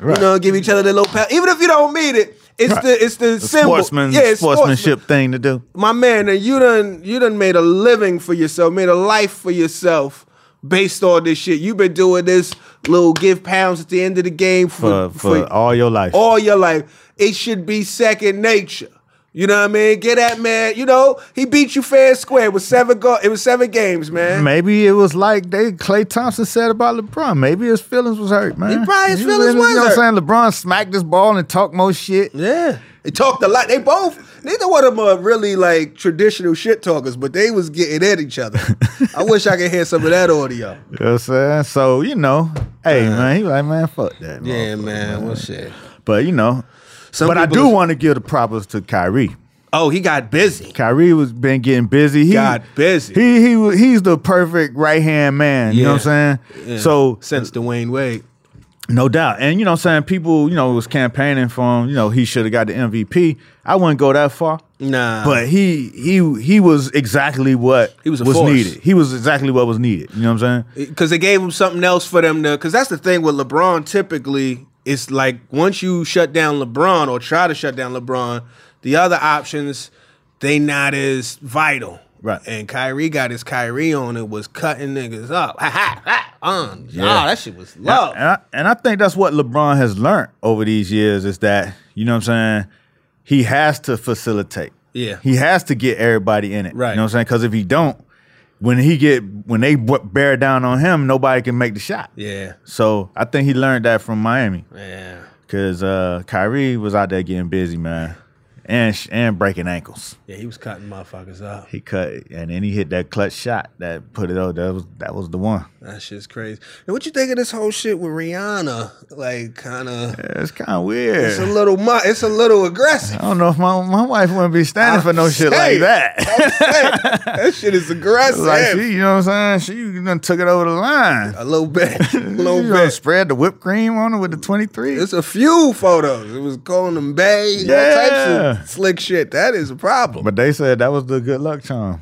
C: Right.
B: you know give each other the little pat. Even if you don't mean it, it's
C: Right.
B: the it's the,
C: The
B: symbol.
C: sportsman,
B: yeah, it's
C: sportsmanship thing to do.
B: my man, and you done you done made a living for yourself, made a life for yourself based on this shit. You've been doing this little give pounds at the end of the game
C: for,
B: for,
C: for all your life.
B: all your life. It should be second nature. You know what I mean? Get that man. You know he beat you fair and square with seven go. It was seven games, man.
C: Maybe it was like they Clay Thompson said about LeBron. Maybe his feelings was hurt, man.
B: He probably his
C: You
B: feelings
C: know
B: was
C: what I'm
B: hurt.
C: saying? LeBron smacked this ball and talked more shit.
B: Yeah, they talked a lot. They both neither one of them are really like traditional shit talkers, but they was getting at each other. I wish I could hear some of that audio.
C: You know what I'm saying? So, you know, hey, man, he like, man, fuck that.
B: Yeah,
C: motherfucker,
B: man. Well, shit.
C: But, you know,
B: Some
C: but I
B: people
C: do
B: is-
C: want to give the props to Kyrie.
B: Oh, he got busy.
C: Kyrie was been getting busy. He
B: Got busy.
C: He he was- he's the perfect right hand man. You know what I'm saying? So
B: since Dwayne Wade,
C: No doubt. And you know what I'm saying? People, you know, was campaigning for him, you know, he should have got the MVP. I wouldn't go that far.
B: Nah.
C: But he he he was exactly what
B: He was a force.
C: needed. He was exactly what was needed. You know what I'm saying?
B: because they gave him something else for them to. Because that's the thing with LeBron. Typically, it's like once you shut down LeBron or try to shut down LeBron, the other options they not as vital.
C: Right.
B: And Kyrie got his Kyrie on it was cutting niggas up. Ha ha ha. Um,
C: Yeah.
B: Oh, that shit was love.
C: And I, and I think that's what LeBron has learned over these years is that, you know what I'm saying? He has to facilitate.
B: Yeah.
C: He has to get everybody in it.
B: Right.
C: You know what I'm saying? Because if he don't, when he get when they b- bear down on him, nobody can make the shot.
B: Yeah.
C: So I think he learned that from Miami.
B: Yeah.
C: Cause uh, Kyrie was out there getting busy, man, and sh- and breaking ankles.
B: Yeah. He was cutting motherfuckers up.
C: He cut and then he hit that clutch shot that put it over. That was that was the one.
B: That shit's crazy. And what you think of this whole shit with Rihanna? Like, kind of.
C: It's kind of weird.
B: It's a little. mu- It's a little aggressive.
C: I don't know if my my wife wouldn't be standing for no shit like
B: Hey,
C: that.
B: that shit is aggressive.
C: like she, you know what I'm saying? She done took it over the line.
B: A little bit. A little
C: You done
B: bit.
C: spread the whipped cream on her with the 23.
B: It's a few photos. It was calling them bae, all types
C: Yeah.
B: of slick shit. That is a problem.
C: But they said that was the good luck charm.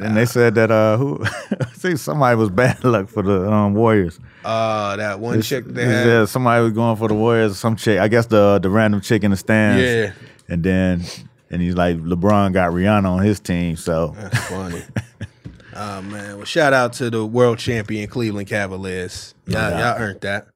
C: And they said that uh who I think somebody was bad luck for the um Warriors.
B: Uh, that one chick they had.
C: Yeah, somebody was going for the Warriors. Some chick, I guess the the random chick in the stands.
B: Yeah.
C: and then and he's like LeBron got Rihanna on his team, so
B: That's funny. Oh man! Well, shout out to the world champion Cleveland Cavaliers. Y'all, y'all earned that.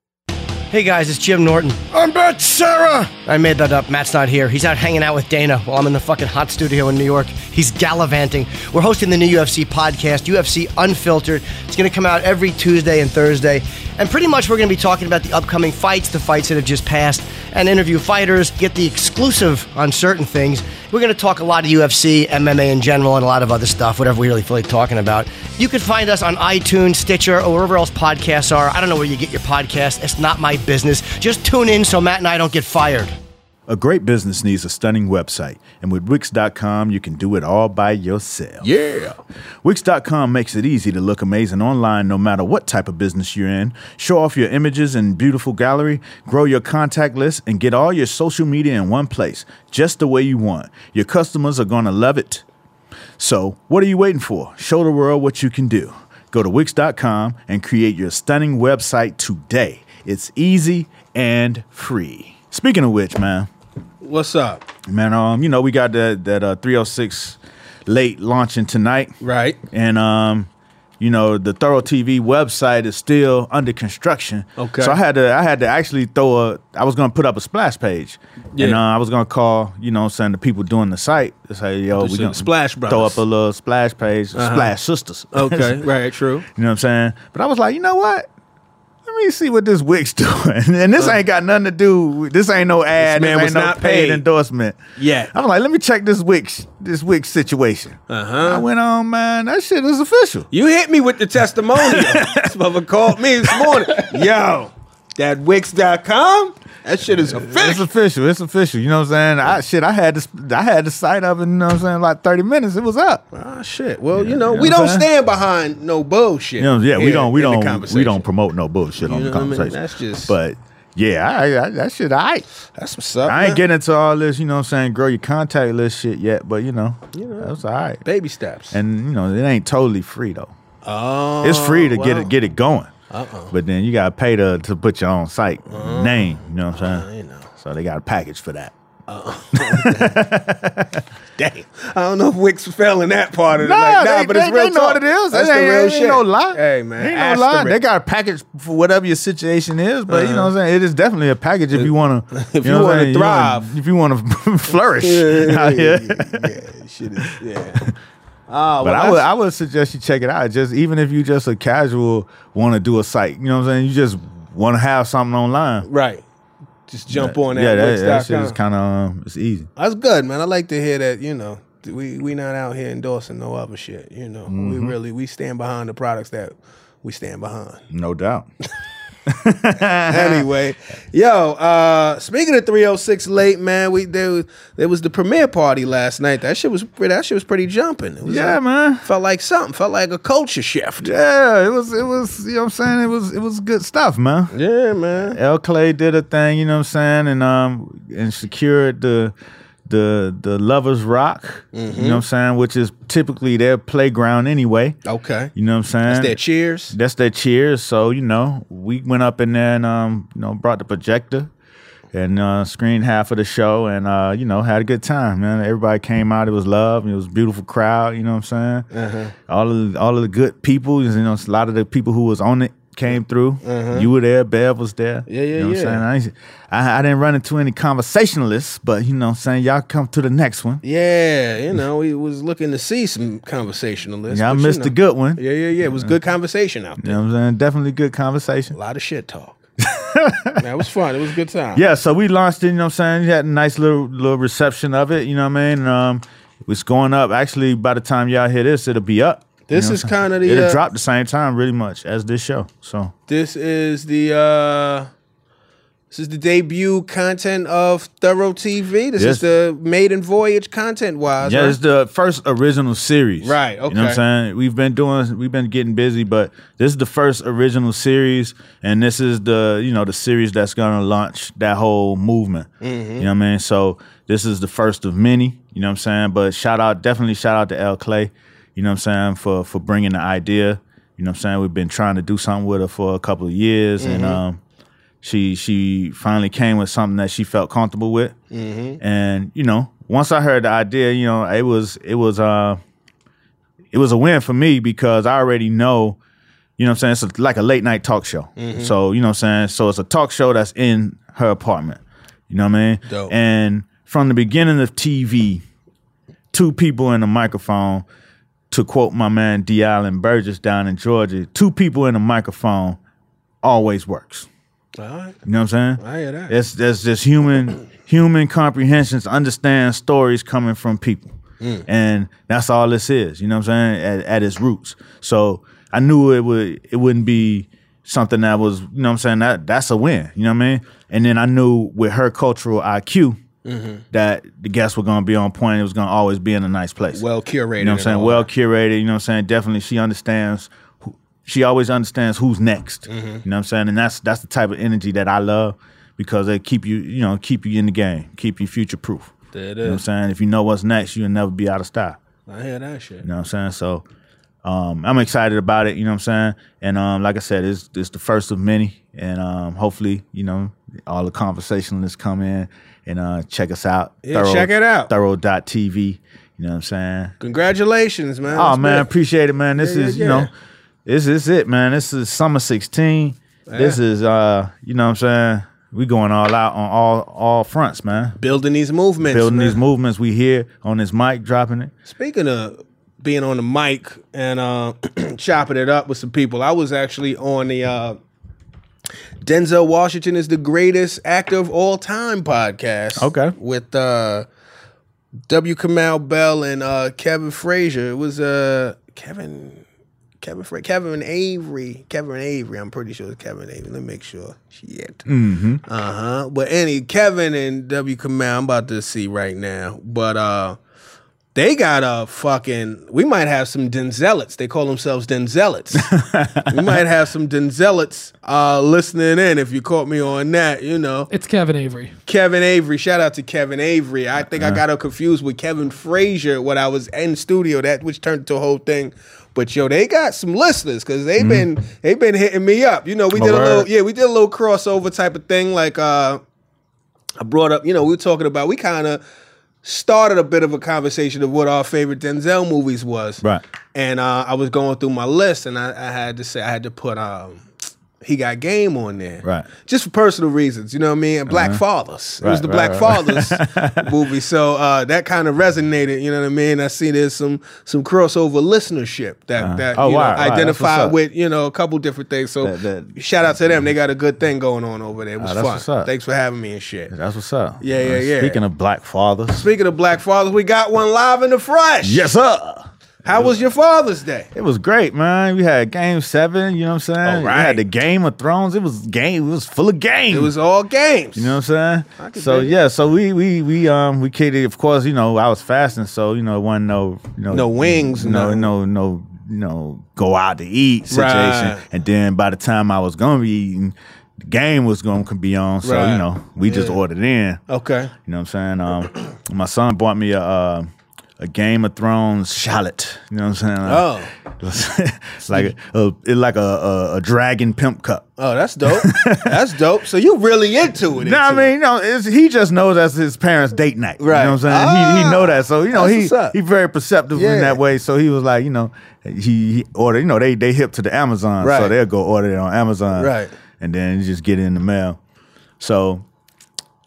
F: Hey guys, it's Jim Norton.
C: I'm Matt Sarah.
F: I made that up. Matt's not here. He's out hanging out with Dana while I'm in the fucking hot studio in New York. He's gallivanting. We're hosting the new UFC podcast, UFC Unfiltered. It's going to come out every Tuesday and Thursday. And pretty much we're going to be talking about the upcoming fights, the fights that have just passed, and interview fighters, get the exclusive on certain things. We're going to talk a lot of UFC, MMA in general, and a lot of other stuff, whatever we really feel like talking about. You can find us on iTunes, Stitcher, or wherever else podcasts are. I don't know where you get your podcast. It's not my business. Just tune in so Matt and I don't get fired.
C: A great business needs a stunning website, and with Wix.com, you can do it all by yourself.
B: Yeah.
C: Wix.com makes it easy to look amazing online no matter what type of business you're in. Show off your images and beautiful gallery, grow your contact list, and get all your social media in one place, just the way you want. Your customers are going to love it. So, what are you waiting for? Show the world what you can do. Go to Wix.com and create your stunning website today. It's easy and free. Speaking of which, man,
B: What's up?
C: man, um, you know, we got that, that uh, 306 late launching tonight.
B: Right.
C: And um, you know, the Thorough TV website is still under construction.
B: Okay.
C: So I had to I had to actually throw a I was gonna put up a splash page. And
B: Yeah.
C: uh, I was gonna call, you know, what I'm saying the people doing the site to say, yo,
B: Just
C: we
B: a
C: gonna
B: Splash
C: throw
B: Brothers. Uh-huh.
C: up a little splash page, splash sisters.
B: Okay. right. True.
C: You know what I'm saying? But I was like, you know what? Let me see what this Wix doing. And this ain't got nothing to do. with- This ain't no ad.
B: man
C: this ain't
B: was
C: no
B: not paid.
C: endorsement.
B: Yet.
C: I'm like, let me check this Wix, this Wix situation.
B: Uh-huh.
C: I went on, man. That shit is official.
B: You hit me with the testimonial. this mother called me this morning. Yo, that Wix.com? That shit is
C: It's
B: official.
C: official. It's official. You know what I'm saying? I shit. I had this. I had the site up, and you know what I'm saying. Like 30 minutes, it was up.
B: Ah, shit. Well, you know, we
C: know what
B: don't
C: I'm
B: stand behind no bullshit.
C: You know, yeah, we
B: here
C: don't.
B: in
C: We
B: the
C: don't. We
B: conversation.
C: don't promote no bullshit on
B: know
C: the
B: what I mean?
C: conversation.
B: That's just-
C: But yeah, I, I, that shit. I.
B: That's what's up.
C: I ain't
B: man.
C: getting into all this. You know what I'm saying? Grow your contact list shit yet, but you know, that's all right.
B: baby steps.
C: And you know, it ain't totally free though.
B: oh, Uh-uh.
C: It's free to get
B: wow.
C: it get it going. Uh-oh. But then you gotta pay to to put your own site name. You know what I'm saying?
B: you Uh-huh. know.
C: So they got a package for that.
B: Damn. I don't know if Wix fell in that part of it.
C: Nah,
B: like,
C: they-
B: nah but
C: they-
B: it's real
C: they know
B: talk.
C: what it is.
B: That's
C: it
B: the
C: ain't,
B: real
C: ain't
B: shit.
C: no lie.
B: Hey, man.
C: ain't no lie.
B: asterisk.
C: They got a package for whatever your situation is, but you know what I'm saying. It is definitely a package if you want to.
B: If you
C: know what
B: wanna
C: I'm saying? wanna-
B: thrive.
C: if you want to flourish out here.
B: yeah, shit is, yeah. Ah,
C: But
B: well,
C: I would,
B: that's-
C: I would suggest you check it out. Just even if you just a casual want to do a site, you know what I'm saying. You just want to have something online.
B: Right. Just jump on that.
C: yeah, that,
B: Wix.com.
C: that shit is kind of um, it's easy.
B: That's good, man. I like to hear that. You know, th- we we not out here endorsing no other shit.
C: Mm-hmm.
B: You know, we really we stand behind the products that we stand behind.
C: No doubt.
B: anyway, yo, uh, speaking of 306 late, man, we there was, there was the premiere party last night. That shit was pretty, that shit was pretty jumping. It was
C: Yeah,
B: like-
C: man.
B: Felt like something. Felt like a culture shift.
C: Yeah, it was it was you know what I'm saying? It was it was good stuff, man.
B: Yeah, man.
C: L Clay did a thing, you know what I'm saying, and um and secured the the the lovers rock,
B: Mm-hmm.
C: you know what I'm saying, which is typically their playground anyway.
B: Okay.
C: You know what I'm saying?
B: That's their cheers.
C: That's their cheers. So you know, we went up in there and um you know brought the projector and uh, screened half of the show and uh you know had a good time, man. Everybody came out. It was love. It was a beautiful crowd. You know what I'm saying?
B: Uh-huh.
C: All of all of the good people. You know, a lot of the people who was on it came through. You were there. Bev was there.
B: Uh-huh. Yeah, yeah,
C: you know What
B: yeah.
C: I'm saying? I, ain't- I I didn't run into any conversationalists, but you know what I'm saying y'all come to the next one.
B: Yeah, you know, we was looking to see some conversationalists.
C: Y'all
B: but, you
C: missed a
B: know.
C: good one.
B: Yeah, yeah, yeah. It was good conversation out
C: You
B: there.
C: know what I'm saying? Definitely good conversation.
B: A lot of shit talk. Man, it was fun. It was a good time.
C: Yeah, so we launched it, you know what I'm saying? You had a nice little little reception of it, you know what I mean? Um it was going up. Actually, by the time y'all hear this, it'll be up.
B: This
C: You know
B: is
C: what I'm saying?
B: kinda the,
C: It'll
B: uh,
C: drop the same time really much as this show. So
B: This is the uh this is the debut content of Thorough TV. This is
C: Yes.
B: the maiden voyage content wise.
C: yeah,
B: right?
C: it's the first original series.
B: Right,
C: You know what
B: okay.
C: I'm saying? We've been doing we've been getting busy, but this is the first original series and this is the, you know, the series that's gonna launch that whole movement.
B: Mm-hmm.
C: You know what I mean? So this is the first of many, you know what I'm saying? But shout out definitely shout out to L Clay, you know what I'm saying, for for bringing the idea. You know what I'm saying? We've been trying to do something with her for a couple of years and
B: Mm-hmm.
C: um she she finally came with something that she felt comfortable with
B: Mm-hmm.
C: and you know once i heard the idea you know it was it was uh it was a win for me because i already know you know what i'm saying it's like a late night talk show
B: Mm-hmm.
C: so you know what i'm saying so it's a talk show that's in her apartment you know what i mean
B: Dope.
C: and from the beginning of tv two people in a microphone to quote my man d allen burgess down in georgia two people in a microphone always works
B: All right.
C: you know what I'm saying?
B: I hear that.
C: That's that's just human human comprehensions understand stories coming from people,
B: Mm.
C: and that's all this is. You know what I'm saying? At, at its roots. So I knew it would it wouldn't be something that was you know what I'm saying that that's a win. You know what I mean? And then I knew with her cultural IQ.
B: Mm-hmm.
C: That the guests were gonna be on point. It was gonna always be in a nice place.
B: Well curated
C: You know what
B: and
C: I'm saying?
B: all
C: Well
B: that.
C: curated. You know what I'm saying? Definitely, she understands who, she always understands who's next.
B: Mm-hmm.
C: You know what I'm saying? And that's that's the type of energy that I love because they keep you, you know, keep you in the game, keep you future proof. You
B: There it
C: know what I'm
B: is.
C: saying? If you know what's next, you'll never be out of style.
B: I hear that shit.
C: You know what I'm saying? So um, I'm excited about it, you know what I'm saying? And um, like I said, it's it's the first of many. And um, hopefully, you know, all the conversationalists come in and uh, check us out.
B: Yeah, check it out.
C: Thorough.tv. You know what I'm saying?
B: Congratulations, man.
C: Oh
B: That's
C: man,
B: big.
C: appreciate it, man. This
B: Yeah, yeah,
C: is
B: yeah.
C: you know, this is it, man. This is summer sixteen. This is uh, you know what I'm saying. We going all out on all all fronts, man.
B: building these movements.
C: Building these
B: man.
C: movements. We here on this mic, dropping it.
B: Speaking of being on the mic and uh, chopping it up with some people, I was actually on the uh, Denzel Washington is the greatest actor of all time podcast.
C: Okay.
B: With uh, W. Kamau Bell and uh, Kevin Frazier. It was uh, Kevin. Kevin, Fra- Kevin Avery, Kevin Avery. I'm pretty sure it's Kevin Avery. Let me make sure. Shit. Uh huh. But any Kevin and W. Kamau, I'm about to see right now. But uh, they got a fucking. We might have some Denzelites. They call themselves Denzelites. we might have some Denzelites uh, listening in. If you caught me on that, you know
E: It's Kevin Avery.
B: Kevin Avery. Shout out to Kevin Avery. I
C: Uh-huh.
B: think I got her confused with Kevin Frazier when I was in studio. That which turned to a whole thing. But yo, they got some listeners because they've been they've been hitting me up. You know, we
C: Mm-hmm. My
B: did a little
C: word.
B: yeah, we did a little crossover type of thing. Like uh, I brought up, you know, we were talking about we kind of started a bit of a conversation of what our favorite Denzel movies was.
C: Right.
B: And uh, I was going through my list, and I, I had to say I had to put um, he got game on there.
C: Right. Uh-huh.
B: Just for personal reasons, you know what I mean? And Black Fathers. it was
C: Right,
B: the
C: right,
B: Black
C: right,
B: Fathers movie, so uh, that kind of resonated. You know what I mean? I see there's some some crossover listenership that that
C: Oh,
B: you
C: wow, wow,
B: know,
C: that's what's
B: identified
C: up.
B: with you know a couple different things. So
C: That- that- Uh,
B: shout out to them. They got a good thing going on over there. It was
C: that's
B: fun.
C: what's up.
B: Thanks for having me and shit.
C: That's what's up.
B: Yeah, yeah, yeah.
C: Speaking of black fathers,
B: Speaking of Black Fathers, we got one live in the fresh.
C: yes sir.
B: How was your Father's Day?
C: It was great, man. We had game seven, you know what I'm saying?
B: All
C: We
B: right.
C: had the Game of Thrones. It was game, it was full of games.
B: It was all games.
C: You know what I'm saying?
B: could
C: So
B: dig it.
C: yeah, so we we we um we catered. Of course, you know I was fasting, so you know it wasn't no you know
B: No wings,
C: no
B: no-
C: no no you know go out to eat situation.
B: Right.
C: And then by the time I was gonna be eating, the game was gonna be on. So
B: Right.
C: you know we just
B: Yeah. Oh.
C: ordered in.
B: Okay.
C: You know what I'm saying? Um, my son bought me a. Uh, a Game of Thrones shallot, you know what
B: Oh.
C: I'm saying? Oh, like a, a it like a, a a dragon pimp cup.
B: Oh, that's dope. that's dope. So you really into it.
C: No, I
B: into
C: mean, you know, it's, he just knows that's his parents' date night.
B: Right.
C: You know what I'm saying? he, he know that. So, you know,
B: That's
C: he
B: what's up.
C: he very perceptive
B: Yeah.
C: in that way. So he was like, you know, he, he ordered, you know, they they hip to the Amazon.
B: Right.
C: So they'll go order it on Amazon.
B: Right.
C: And then you just get it in the mail. So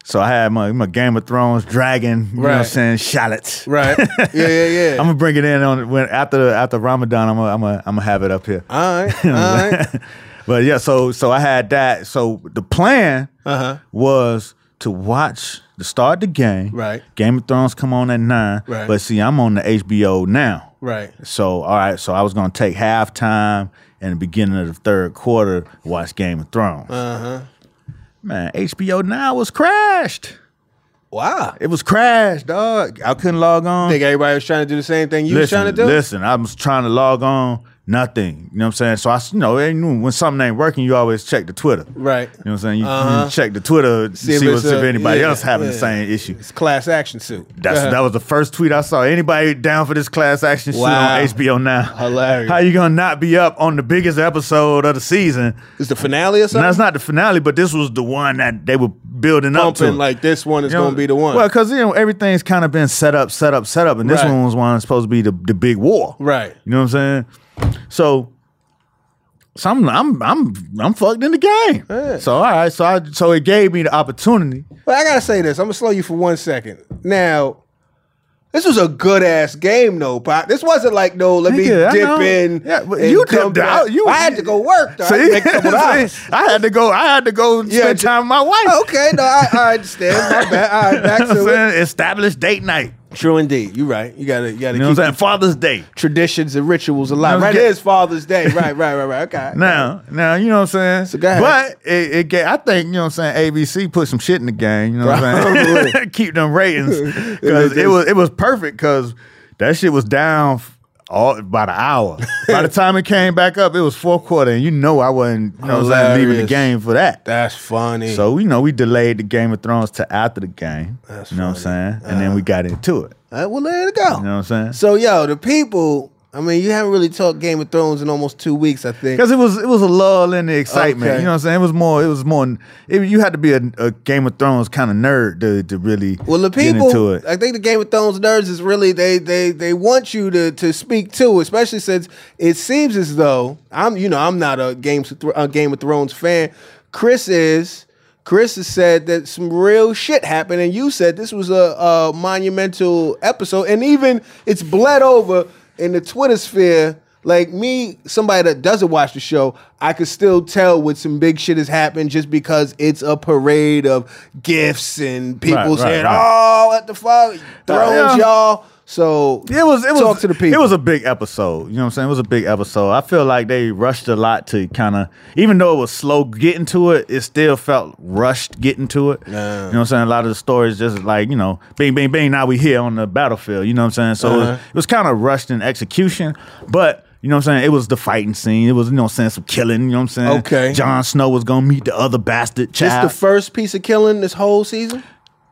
C: so I had my, my Game of Thrones dragon, you know what I'm
B: Right.
C: saying, shallots.
B: it. Right. Yeah, yeah, yeah.
C: I'm gonna bring it in on when after the, after Ramadan. I'm gonna, I'm gonna, I'm gonna have it up here.
B: all right. All right.
C: But yeah, so so I had that. So the plan
B: Uh-huh.
C: was to watch to start the game.
B: Right.
C: Game of Thrones come on at nine.
B: Right.
C: But see, I'm on the HBO now.
B: Right.
C: So all right, so I was gonna take halftime and the beginning of the third quarter watch Game of Thrones. Uh
B: Uh-huh.
C: huh. Man, HBO now was crashed.
B: Wow.
C: It was crashed, dog. I couldn't log on.
B: think everybody was trying to do the same thing you was
C: listen,
B: trying to do?
C: Listen, I was trying to log on, nothing. You know what I'm saying? So I, s- you know, ain't- when something ain't working, you always check the Twitter.
B: Right.
C: You know what I'm saying? You, you
B: Uh-huh.
C: check the Twitter, to
B: See
C: see,
B: if
C: what's,
B: it's a-
C: if anybody
B: yeah,
C: else having
B: yeah.
C: the same issue.
B: It's class action suit.
C: That's that was the first tweet I saw. Anybody down for this class action
B: Wow.
C: shit on HBO now?
B: Hilarious.
C: How you gonna not be up on the biggest episode of the season?
B: Is the finale or
C: And
B: something?
C: that's not the finale, but this was the one that they were building up to.
B: Bumping like this one is
C: You know,
B: going to be the one.
C: Well, because you know everything's kind of been set up, set up, set up, and this
B: Right.
C: one was one that's supposed to be the, the big war.
B: Right.
C: You know what I'm saying? So, so I'm I'm I'm I'm fucked in the game. So all right, so I so it gave me the opportunity.
B: But I gotta say this. I'm gonna slow you for one second. Now, this was a good ass game, though, Pop. This wasn't like no, let me
C: Nigga, I know.
B: dip in.
C: Yeah, but
B: and
C: you
B: come
C: dipped
B: back.
C: out. You
B: I had to go work. Though. I
C: See?
B: had to make a couple
C: See?
B: dollars.
C: I had to go. I had to go spend
B: ju-
C: time with my wife.
B: Oh, Okay, no, I, I understand. My bad. All right,
C: You
B: back
C: know what
B: to
C: I'm saying? Established date night.
B: it. True indeed. You right. You gotta you gotta
C: You know what I'm
B: keep
C: saying? Father's Day.
B: traditions and rituals alive.
C: You know,
B: right,
C: get-
B: it is Father's Day. Right, right, right, right. Okay.
C: Now, now you know what I'm saying.
B: go ahead.
C: But it, it ga- I think you know what I'm saying. ABC put some shit in the game. You know what I'm saying. Keep them ratings because it was it was perfect because that shit was down f- all about an hour. By the time it came back up, it was fourth quarter, and you know I wasn't you know what I'm saying, leaving the
B: Hilarious.
C: game for that.
B: That's funny.
C: So you know we delayed the Game of Thrones to after the game. you know what I'm saying, and
B: Uh-huh.
C: then we got into it.
B: All right, uh, well, let it go.
C: You know what I'm saying.
B: So, yo, the people. I mean, you haven't really talked Game of Thrones in almost two weeks. I think.
C: Because it was it was a lull in the excitement.
B: Okay.
C: You know what I'm saying? It was more it was more it, you had to be a, a Game of Thrones kind of nerd to, to really
B: Well, the
C: get into
B: people,
C: it.
B: I think the Game of Thrones nerds is really they they they want you to to speak to, especially since it seems as though I'm you know I'm not a Game of, Thr- a Game of Thrones fan. Chris is. Chris has said that some real shit happened, and you said this was a, a monumental episode, and even it's bled over in the Twitter sphere. Like me, somebody that doesn't watch the show, I could still tell when some big shit has happened just because it's a parade of gifts and people people
C: Right, right,
B: saying,
C: right.
B: "Oh, at the fuck,
C: yeah.
B: Thrones, y'all." So
C: it was it was
B: talk to the people.
C: It was a big episode. You know what I'm saying? It was a big episode. I feel like they rushed a lot to kind of even though it was slow getting to it, it still felt rushed getting to it. You know what I'm saying? A lot of the stories just like, you know, bing bing bing, now we here on the battlefield. You know what I'm saying? So it
B: Uh-huh.
C: was, it was kind of rushed in execution, but you know what I'm saying? It was the fighting scene. It was, you know what I'm saying, some killing, you know what I'm saying?
B: Okay.
C: Jon Snow was gonna meet the other bastard
B: this
C: child.
B: the first piece of killing this whole season.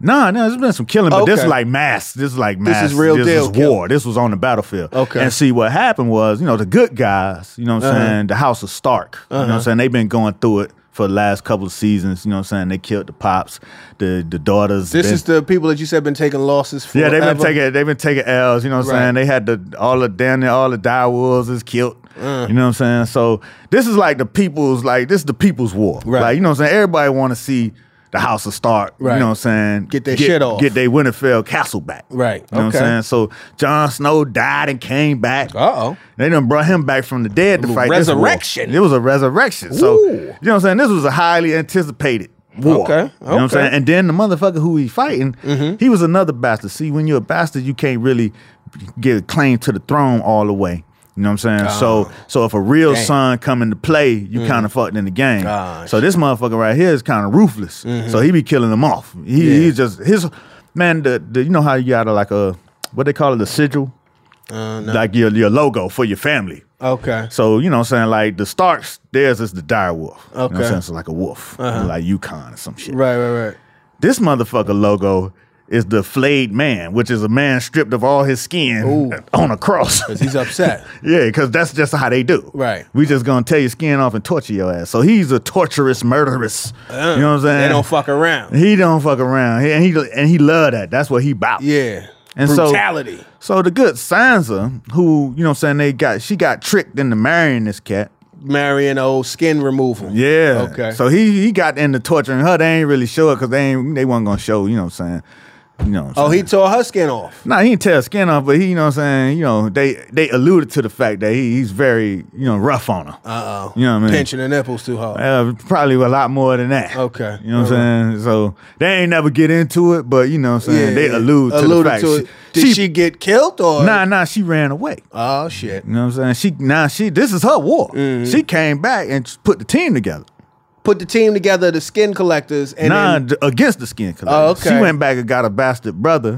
C: No, no, there's been some killing, but this
B: Okay.
C: is like mass. This is like mass.
B: is real
C: This
B: deal
C: is
B: killing.
C: war. This was on the battlefield.
B: Okay. Uh-huh.
C: And see what happened was, you know, the good guys, you know what I'm saying, the House of Stark. You know what I'm saying? They've been going through it for the last couple of seasons. You know what I'm saying? They killed the pops, the the daughters.
B: This
C: been-
B: is the people that you said been taking losses. for.
C: Yeah, they've been taking they've been taking L's, you know what I'm
B: Right.
C: saying? They had the all the down there, all the dire wolves is killed.
B: Mm.
C: You know what I'm saying? So this is like the people's like this is the people's war.
B: Right.
C: Like, you know what I'm saying? Everybody wanna see the House of Stark,
B: Right.
C: you know what I'm saying?
B: Get their shit off.
C: Get their Winterfell castle back.
B: Right.
C: You know
B: Okay.
C: what I'm saying? So Jon Snow died and came back.
B: Uh-oh.
C: They done brought him back from the dead to fight this war.
B: resurrection.
C: It was a resurrection. So
B: Ooh.
C: you know what I'm saying? This was a highly anticipated war.
B: Okay,
C: You know what I'm
B: okay. Mm-hmm.
C: saying? And then the motherfucker who he fighting, he was another bastard. See, when you're a bastard, you can't really get claim to the throne all the way. You know what I'm saying?
B: Oh.
C: So so if a real son come into play, you
B: Mm-hmm.
C: kind of fucked in the game.
B: Ah,
C: So this motherfucker right here is kind of ruthless. So
B: Mm-hmm.
C: he be killing them off. He he's just his man. The, the you know how you gotta like a what they call it a sigil,
B: Uh,
C: like your your logo for your family.
B: Okay.
C: So you know what I'm saying? Like the Starks, theirs is the dire wolf. You know what
B: Okay.
C: I'm
B: Uh-huh.
C: saying? It's like a wolf. Like Yukon or some shit.
B: Right, right, right.
C: This motherfucker logo is the flayed man, which is a man stripped of all his skin on a cross.
B: He's upset.
C: yeah, because that's just how they do.
B: Right.
C: We just gonna tear your skin off and torture your ass. So he's a torturous murderous. you know what I'm saying?
B: Uh, They don't fuck around.
C: He don't fuck around. He, and he and he love that. That's what he about.
B: Yeah.
C: And so-
B: Brutality.
C: So the good Sansa, who, you know what I'm saying, they got she got tricked into marrying this cat.
B: Marrying old skin removal.
C: Yeah.
B: Okay.
C: So he he got into torturing her. They ain't really sure because they ain't they wasn't gonna show. You know what I'm saying? You know. What I'm
B: oh,
C: saying?
B: he tore her skin off.
C: Nah, he didn't tear his skin off, but he you know what I'm saying. You know they they alluded to the fact that he, he's very you know rough on her.
B: Uh oh.
C: You know what I mean?
B: Pinching the nipples too hard.
C: Uh, probably a lot more than that.
B: Okay.
C: You know what I'm saying? So they ain't never get into it, but you know what I'm saying?
B: Yeah,
C: they
B: yeah.
C: allude to
B: Alluded
C: the fact.
B: to it. Did she, get killed or?
C: Nah, nah, she ran away.
B: Oh shit.
C: You know what I'm saying? She now she this is her war.
B: Mm-hmm.
C: She came back and put the team together.
B: Put the team together, the skin collectors, and
C: nah,
B: then,
C: d- against the skin collector.
B: Oh, okay.
C: She went back and got a bastard brother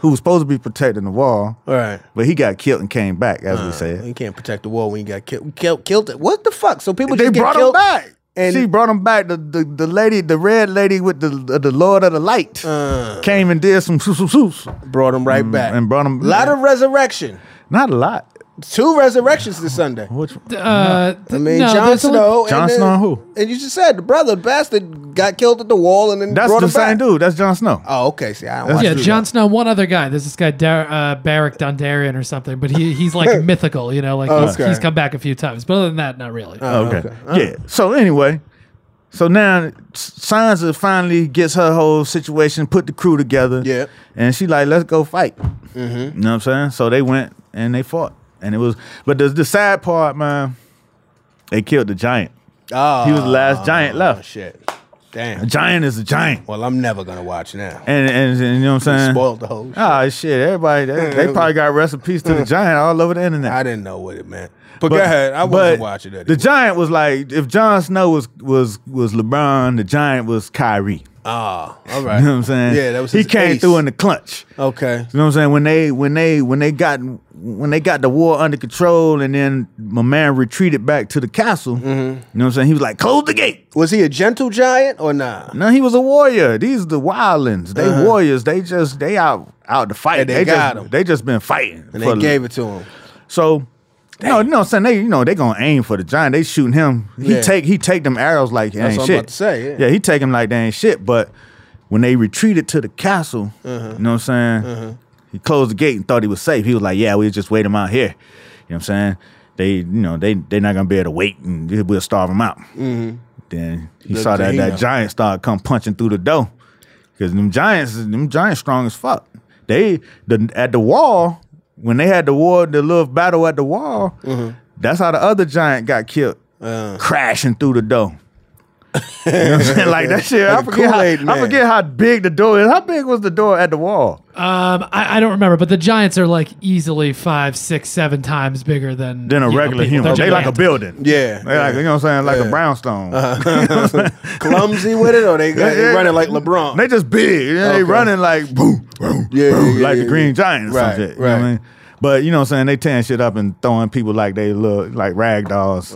C: who was supposed to be protecting the wall,
B: all right. Uh,
C: but he got killed and came back, as we
B: You
C: said.
B: can't protect the wall when you got killed. Killed, killed it. What the fuck? So people
C: They
B: just get
C: brought him
B: killed
C: back.
B: and-
C: she brought him back. The, the the lady, the red lady with the the, the Lord of the Light,
B: Uh.
C: came and did some swoop, swoop, swoops.
B: Brought him right back.
C: Mm, and brought him-
B: A lot of resurrection.
C: Not a lot.
B: Two resurrections this Sunday.
C: Which
E: Uh,
B: I mean,
E: no,
B: Jon
E: there's only-
B: Snow.
C: Jon
B: and then-
C: Snow who?
B: And you just said the brother bastard got killed at the wall and then
C: that's
B: brought
C: the
B: him back.
C: same dude. That's Jon Snow.
B: Oh, okay. See, I don't
C: That's
B: watch
E: Yeah,
B: this.
E: Jon Snow, one other guy. There's this guy, Dar- uh, Barrick Dondarrion or something, but he, he's like mythical, you know, like he's,
B: Okay.
E: he's come back a few times. But other than that, not really.
C: Oh, okay. Yeah. So anyway, so now Sansa finally gets her whole situation, put the crew together.
B: Yeah. Mm-hmm.
C: And she like, let's go fight. You know what I'm saying? So they went and they fought, and it was. But the the sad part, man, they killed the giant.
B: Oh,
C: He was the last giant
B: Oh,
C: left.
B: shit.
C: A
B: Damn.
C: giant is a giant.
B: Well, I'm never gonna watch now.
C: And, and, and you know what I'm saying?
B: Spoiled the whole. Shit.
C: Ah, shit! Everybody, they, they probably got recipes to the giant all over the internet.
B: I didn't know what it meant. But, go ahead. I wasn't watching it.
C: The Giant was like if Jon Snow was was was LeBron, the Giant was Kyrie.
B: Ah, all right.
C: You know what I'm saying?
B: Yeah, that was.
C: he
B: his
C: came
B: ace.
C: through in the clutch.
B: Okay.
C: You know what I'm saying? When they when they when they got when they got the war under control, and then my man retreated back to the castle.
B: Mm-hmm.
C: You know what I'm saying? He was like, close the gate.
B: Was he a gentle giant or nah?
C: No, he was a warrior. These the wildlings. They warriors. They just they out out to fight.
B: Uh-huh. And they got
C: just
B: 'em.
C: they just been fighting.
B: And they gave it to him.
C: So no, you know what I'm saying? They you know they gonna aim for the giant. They shooting him. He
B: Yeah.
C: take he take them arrows like they
B: That's
C: ain't
B: what I'm
C: shit.
B: about to say, yeah.
C: he take them like they ain't shit. But when they retreated to the castle,
B: Uh-huh.
C: you know what I'm saying? He closed the gate and thought he was safe. He was like, Yeah, we just wait him out here. You know what I'm saying? They, you know, they they not gonna be able to wait and we'll starve him out. Then he
B: Look
C: saw
B: to
C: that
B: him.
C: that giant started come punching through the door. Cause them giants, them giants strong as fuck. They the at the wall when they had the war, the little battle at the wall.
B: Mm-hmm.
C: That's how the other giant got killed,
B: Uh.
C: crashing through the door. You know what I'm saying? Like that shit. I
B: Like a
C: forget.
B: Kool-Aid
C: How, I
B: man.
C: forget how big the door is. How big was the door at the wall?
E: Um, I, I don't remember, but the Giants are like easily five, six, seven times bigger than
C: Than a
E: you know,
C: regular
E: people.
C: human.
E: They're
C: They like a
E: gigantic.
C: building.
B: Yeah. Uh-huh.
C: They like you know what I'm saying. Like a brownstone.
B: Clumsy with it or they,
C: Yeah,
B: they
C: yeah.
B: running like LeBron?
C: They just big. Yeah, They
B: Oh. Okay.
C: running like boom, boom,
B: Yeah,
C: boom,
B: yeah, yeah,
C: like
B: yeah,
C: the Green
B: yeah.
C: Giant or
B: Right,
C: something. You know what I
B: right.
C: mean? But you know what I'm saying? They tearing shit up and throwing people like they look like rag dolls.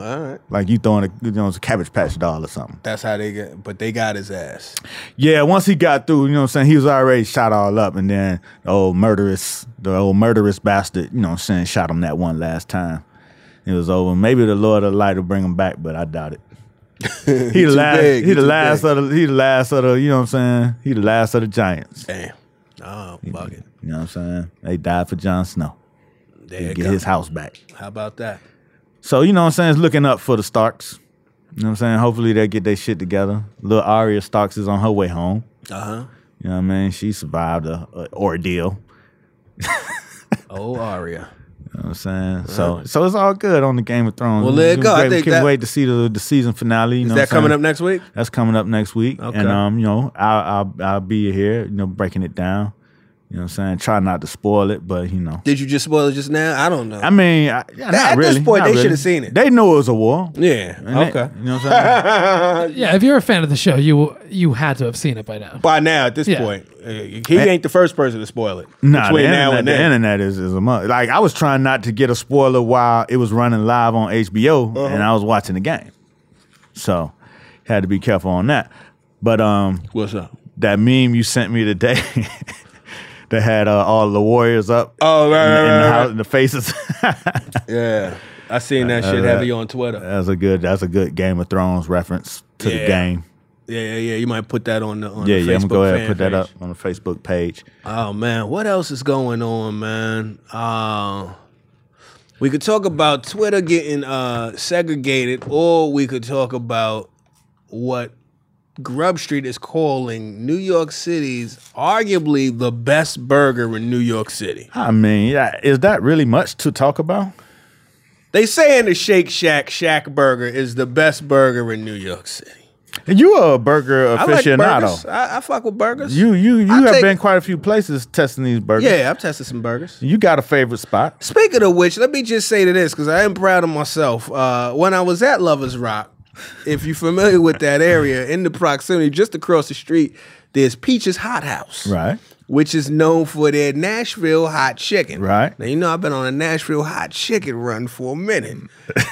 C: Like you throwing a you know, it's a cabbage patch doll or something.
B: That's how they get. But they got his ass.
C: Yeah, once he got through, you know what I'm saying, he was already shot all up and then the old murderous the old murderous bastard, you know what I'm saying, shot him that one last time. It was over. Maybe the Lord of Light will bring him back, but I doubt it. He
B: too
C: the last
B: big,
C: he
B: he
C: the
B: too
C: last
B: big.
C: of the he the last of the you know what I'm saying? He the last of the giants.
B: Damn. Oh, fuck it.
C: You know what I'm saying? They died for Jon Snow.
B: There
C: They
B: you
C: get
B: go.
C: his house back.
B: How about that?
C: So you know what I'm saying? It's looking up for the Starks. You know what I'm saying? Hopefully they get their shit together. Little Arya Starks is on her way home.
B: Uh huh.
C: You know what I mean? She survived a, a ordeal.
B: Oh, Aria.
C: You You know what I'm saying? So so it's all good on the Game of Thrones.
B: Well, there you
C: It was
B: go. I
C: great. We
B: think
C: can't
B: that-
C: wait to see the, the season finale. You know
B: Is
C: what
B: that
C: I'm saying?
B: coming up next week?
C: That's coming up next week.
B: Okay.
C: And um, you know, I'll I'll I'll be here, you know, breaking it down. You know what I'm saying? Try not to spoil it, but you know.
B: Did you just spoil it just now? I don't know.
C: I mean, I, yeah, not
B: at this
C: really,
B: point,
C: not
B: they
C: really.
B: should've seen it.
C: They knew it was a war.
B: yeah.
C: And they-
B: okay.
C: you know what I'm saying?
E: Yeah, if you're a fan of the show, you you had to have seen it by now.
B: By now, at this
E: Yeah.
B: point, uh, he ain't the first person to spoil it.
C: nah, the
B: Between
C: internet,
B: now and
C: the
B: then.
C: internet is, is a month. Like I was trying not to get a spoiler while it was running live on HBO
B: Uh-huh.
C: and I was watching the game. So had to be careful on that. But um
B: What's up?
C: that meme you sent me today that had uh, all the warriors up
B: Oh, right,
C: in, the-
B: right,
C: in the,
B: right,
C: house-
B: right.
C: in the faces.
B: Yeah. I seen
C: Uh,
B: that shit heavy on Twitter.
C: that's a good that's a good Game of Thrones reference to
B: Yeah.
C: the game.
B: Yeah, yeah, yeah. You might put that on the on
C: Yeah,
B: the
C: yeah, I'm gonna
B: Facebook
C: go ahead and
B: fan
C: put that
B: page.
C: up on the Facebook page.
B: Oh man, what else is going on, man? Uh, we could talk about Twitter getting uh, segregated, or we could talk about what Grub Street is calling New York City's arguably the best burger in New York City.
C: I mean, yeah, is that really much to talk about?
B: They saying the Shake Shack Shack Burger is the best burger in New York City.
C: You are a burger
B: I like burgers.
C: aficionado.
B: I, I fuck with burgers.
C: you you you
B: I
C: have
B: take-
C: been quite a few places testing these burgers.
B: yeah, I've tested some burgers.
C: You got a favorite spot?
B: Speaking of which, let me just say to this because I am proud of myself. Uh, when I was at Lovers Rock, if you're familiar with that area, in the proximity, just across the street, there's Peach's Hot House,
C: Right.
B: Which is known for their Nashville hot chicken,
C: Right.
B: Now you know I've been on a Nashville hot chicken run for a minute,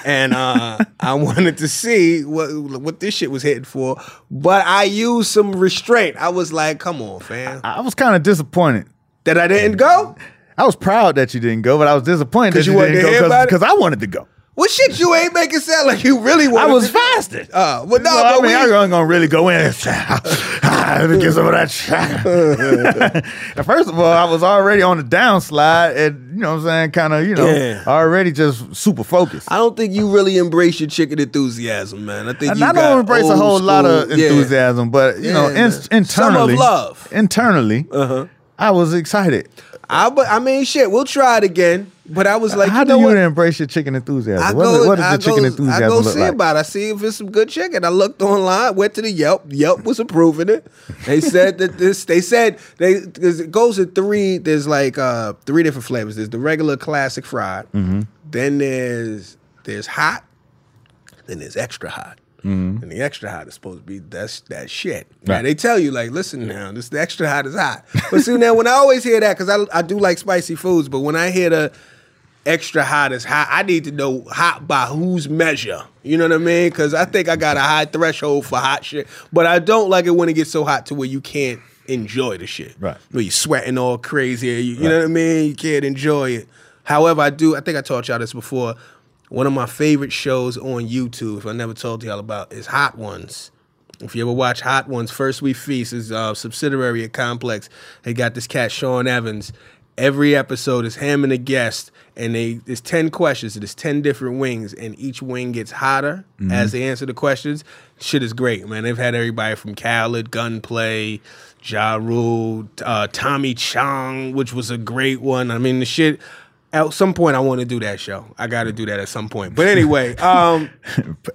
B: and uh, I wanted to see what what this shit was hitting for, but I used some restraint. I was like, "Come on, fam,"
C: I was kind of disappointed.
B: that I didn't go.
C: I was proud that you didn't go, but I was disappointed
B: 'Cause
C: that
B: you
C: you,
B: wanted to
C: didn't
B: hear
C: go
B: about it?
C: because I wanted to go.
B: Well, shit, you ain't making sound like you really
C: I
B: wanted.
C: was
B: to-
C: fasting.
B: Uh, well, no,
C: So,
B: but
C: I mean,
B: we-
C: I'm gonna- gonna really go in. and Let me get some of that. shit. And First of all, I was already on the downslide, and you know what I'm saying, kind of, you know,
B: Yeah.
C: already just super focused.
B: I don't think you really embrace your chicken enthusiasm, man. I think
C: And
B: you
C: I
B: got
C: don't embrace a
B: old
C: whole lot of
B: school- yeah.
C: enthusiasm, but you know,
B: Yeah,
C: in,
B: man. Some of
C: internally,
B: love. Uh-huh.
C: internally, I was excited.
B: I, but I mean, shit, we'll try it again. But I was like,
C: How
B: you
C: do
B: know
C: you
B: what?
C: embrace your chicken enthusiasm?
B: I
C: what,
B: go,
C: is- what does
B: I
C: your chicken
B: go, I
C: enthusiasm
B: go
C: look
B: see
C: like?
B: about. It. I see if it's some good chicken. I looked online, went to the Yelp. Yelp was approving it. They said that this. They said they because it goes in three. There's like uh three different flavors. There's the regular classic fried.
C: Mm-hmm.
B: Then there's there's hot. Then there's extra hot. And the extra hot is supposed to be that's that shit. Now,
C: Mm-hmm. Right.
B: they tell you like, listen now, this the extra hot is hot. But see now, when I always hear that, because I I do like spicy foods, but when I hear the extra hot is hot. I need to know hot by whose measure. You know what I mean? Because I think I got a high threshold for hot shit, but I don't like it when it gets so hot to where you can't enjoy the shit.
C: Right.
B: Where you sweating all crazy. You, you know what I mean? You can't enjoy it. However, I do. I think I taught y'all this before. One of my favorite shows on YouTube, if I never told y'all about, is Hot Ones. If you ever watch Hot Ones, First We Feast is a subsidiary at Complex. They got this cat Sean Evans. Every episode is him and a guest, and they it's ten questions. It is ten different wings, and each wing gets hotter as they answer the questions. Shit is great, man. They've had everybody from Khaled, Gunplay, Ja Rule, uh, Tommy Chong, which was a great one. I mean, the shit. At some point, I want to do that show. I got to do that at some point. But anyway, um,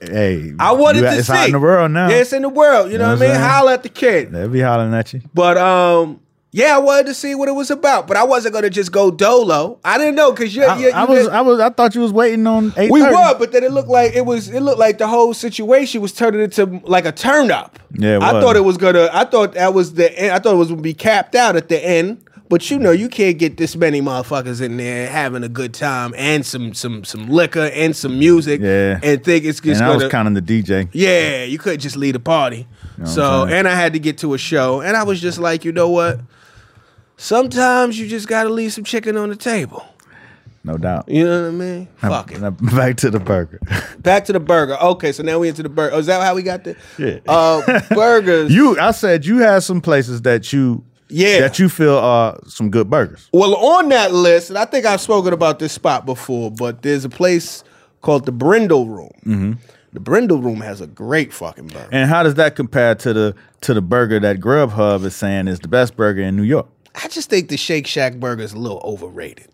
C: Hey,
B: I wanted
C: you-
B: to
C: it's
B: see.
C: out in the world now.
B: Yeah, it's in the world. You know,
C: know
B: what I
C: what
B: mean?
C: I'm saying?
B: Holla at the kid.
C: They be hollering at you.
B: But um, yeah, I wanted to see what it was about. But I wasn't gonna just go dolo. I didn't know because you,
C: I,
B: you, you
C: I was,
B: did-
C: I was, I thought you was waiting on eight.
B: we were, but then it looked like it was. It looked like the whole situation was turning into like a turn up.
C: Yeah, it
B: I
C: was.
B: thought it was gonna. I thought that was the. End, I thought it was gonna be capped out at the end. But you know, you can't get this many motherfuckers in there having a good time and some some some liquor and some music.
C: Yeah.
B: and think it's just
C: and I
B: gonna.
C: was counting the DJ.
B: Yeah, you couldn't just lead a party.
C: what I'm
B: so,
C: saying?
B: and I had to get to a show, and I was just like, you know what? Sometimes you just gotta leave some chicken on the table.
C: No doubt.
B: You know what I mean? Fuck it.
C: Now, Back to the burger.
B: Back to the burger. Okay, so now we into the burger. Oh, is that how we got there?
C: Yeah.
B: Uh, burgers.
C: You, I said you had some places that you,
B: Yeah.
C: that you feel are some good burgers.
B: Well, on that list, and I think I've spoken about this spot before, but there's a place called the Brindle Room.
C: Mm-hmm.
B: The Brindle Room has a great fucking burger.
C: And how does that compare to the to the burger that Grubhub is saying is the best burger in New York?
B: I just think the Shake Shack burger is a little overrated.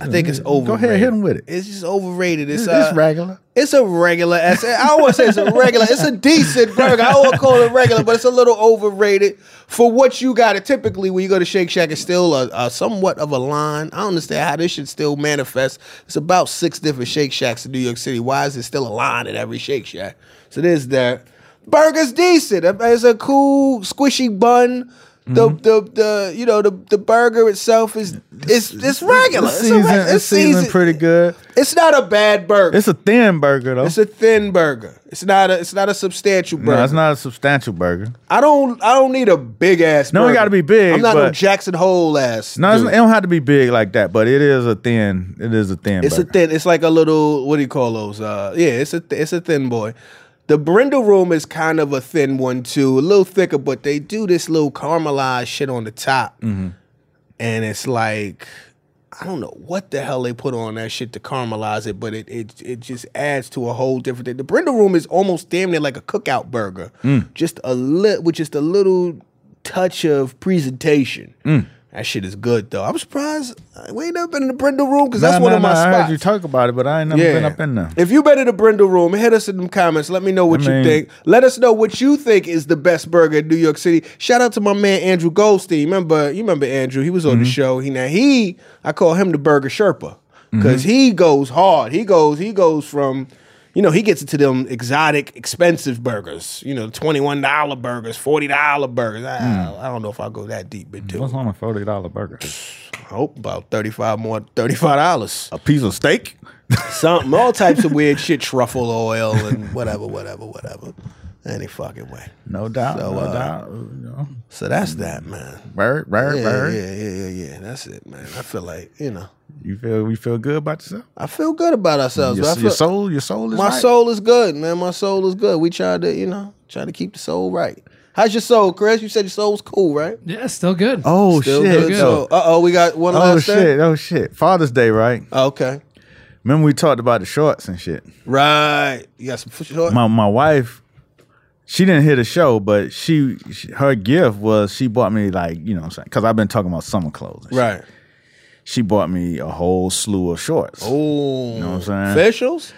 B: I think it's overrated.
C: Go ahead, hit him with it.
B: It's just overrated. It's,
C: It's,
B: uh,
C: regular.
B: It's a regular. ass- I would say it's a regular. It's a decent burger. I would call it regular, but it's a little overrated for what you got. It typically when you go to Shake Shack, it's still a, a somewhat of a line. I don't understand how this should still manifest. It's about six different Shake Shacks in New York City. Why is there still a line at every Shake Shack? So there's that. Burger's decent. It's a cool squishy bun. The, the the you know the the burger itself is it's it's regular.
C: It's
B: It's, a
C: seasoned,
B: reg-
C: it's seasoned
B: seasoned.
C: pretty good.
B: It's not a bad burger.
C: It's a thin burger though.
B: It's a thin burger. It's not a. It's not a substantial burger.
C: no, it's not a substantial burger.
B: I don't. I don't need a big ass.
C: No, it
B: burger.
C: gotta be big,
B: I'm not no
C: but-
B: Jackson Hole ass.
C: No, it's,
B: dude.
C: it don't have to be big like that, but it is a thin. It is a thin.
B: It's a
C: burger.
B: thin. It's like a little. What do you call those? Uh, yeah, it's a. Th- it's a thin boy. The Brindle Room is kind of a thin one too, a little thicker, but they do this little caramelized shit on the top,
C: Mm-hmm.
B: and it's like. I don't know what the hell they put on that shit to caramelize it, but it it, it just adds to a whole different thing. The Brindle Room is almost damn near like a cookout burger,
C: Mm.
B: just a lit with just a little touch of presentation.
C: Mm.
B: That shit is good though. I'm surprised uh, we ain't never been in the Brindle Room because that's
C: Nah,
B: one
C: nah,
B: of my
C: nah, I
B: spots.
C: heard you talk about it, but I ain't never been up in there.
B: If you been in the Brindle Room, hit us in the comments. Let me know what
C: I
B: you
C: mean-
B: think. Let us know what you think is the best burger in New York City. Shout out to my man Andrew Goldstein. Remember, you remember Andrew? He was on the
C: Mm-hmm.
B: show. He now he I call him the Burger Sherpa because
C: Mm-hmm.
B: he goes hard. He goes he goes from. You know, he gets into them exotic, expensive burgers. You know, twenty-one dollar burgers, forty-dollar burgers. I, I don't know if I go that deep into.
C: Mm. What's
B: it.
C: on a forty dollar burger?
B: I hope about thirty-five more, thirty-five dollars
C: A piece of steak.
B: something, all types of weird shit, truffle oil and whatever, whatever, whatever. Any fucking way.
C: No doubt.
B: So,
C: no
B: uh,
C: doubt. You know,
B: So that's that, man.
C: Bird, bird,
B: Yeah,
C: bird.
B: yeah, yeah, yeah, yeah. That's it, man. I feel like you know,
C: You feel you feel good about yourself.
B: I feel good about ourselves.
C: Your,
B: but I
C: your
B: feel-
C: soul, your soul is
B: my
C: right.
B: soul is good, man. My soul is good. We try to, you know, try to keep the soul right. How's your soul, Chris? You said your soul's cool, right?
E: Yeah, still good.
C: Oh shit!
B: So,
C: yo.
B: uh oh, we got one
C: Oh
B: last
C: shit!
B: thing. Oh,
C: Oh shit! Father's Day, right?
B: Okay,
C: Remember we talked about the shorts and shit.
B: right. You got some short.
C: My my wife, she didn't hear the show, but she, she her gift was she bought me like you know what I'm saying because I've been talking about summer clothes. and shit.
B: right.
C: She bought me a whole slew of shorts.
B: Oh,
C: You know what I'm saying?
B: facials.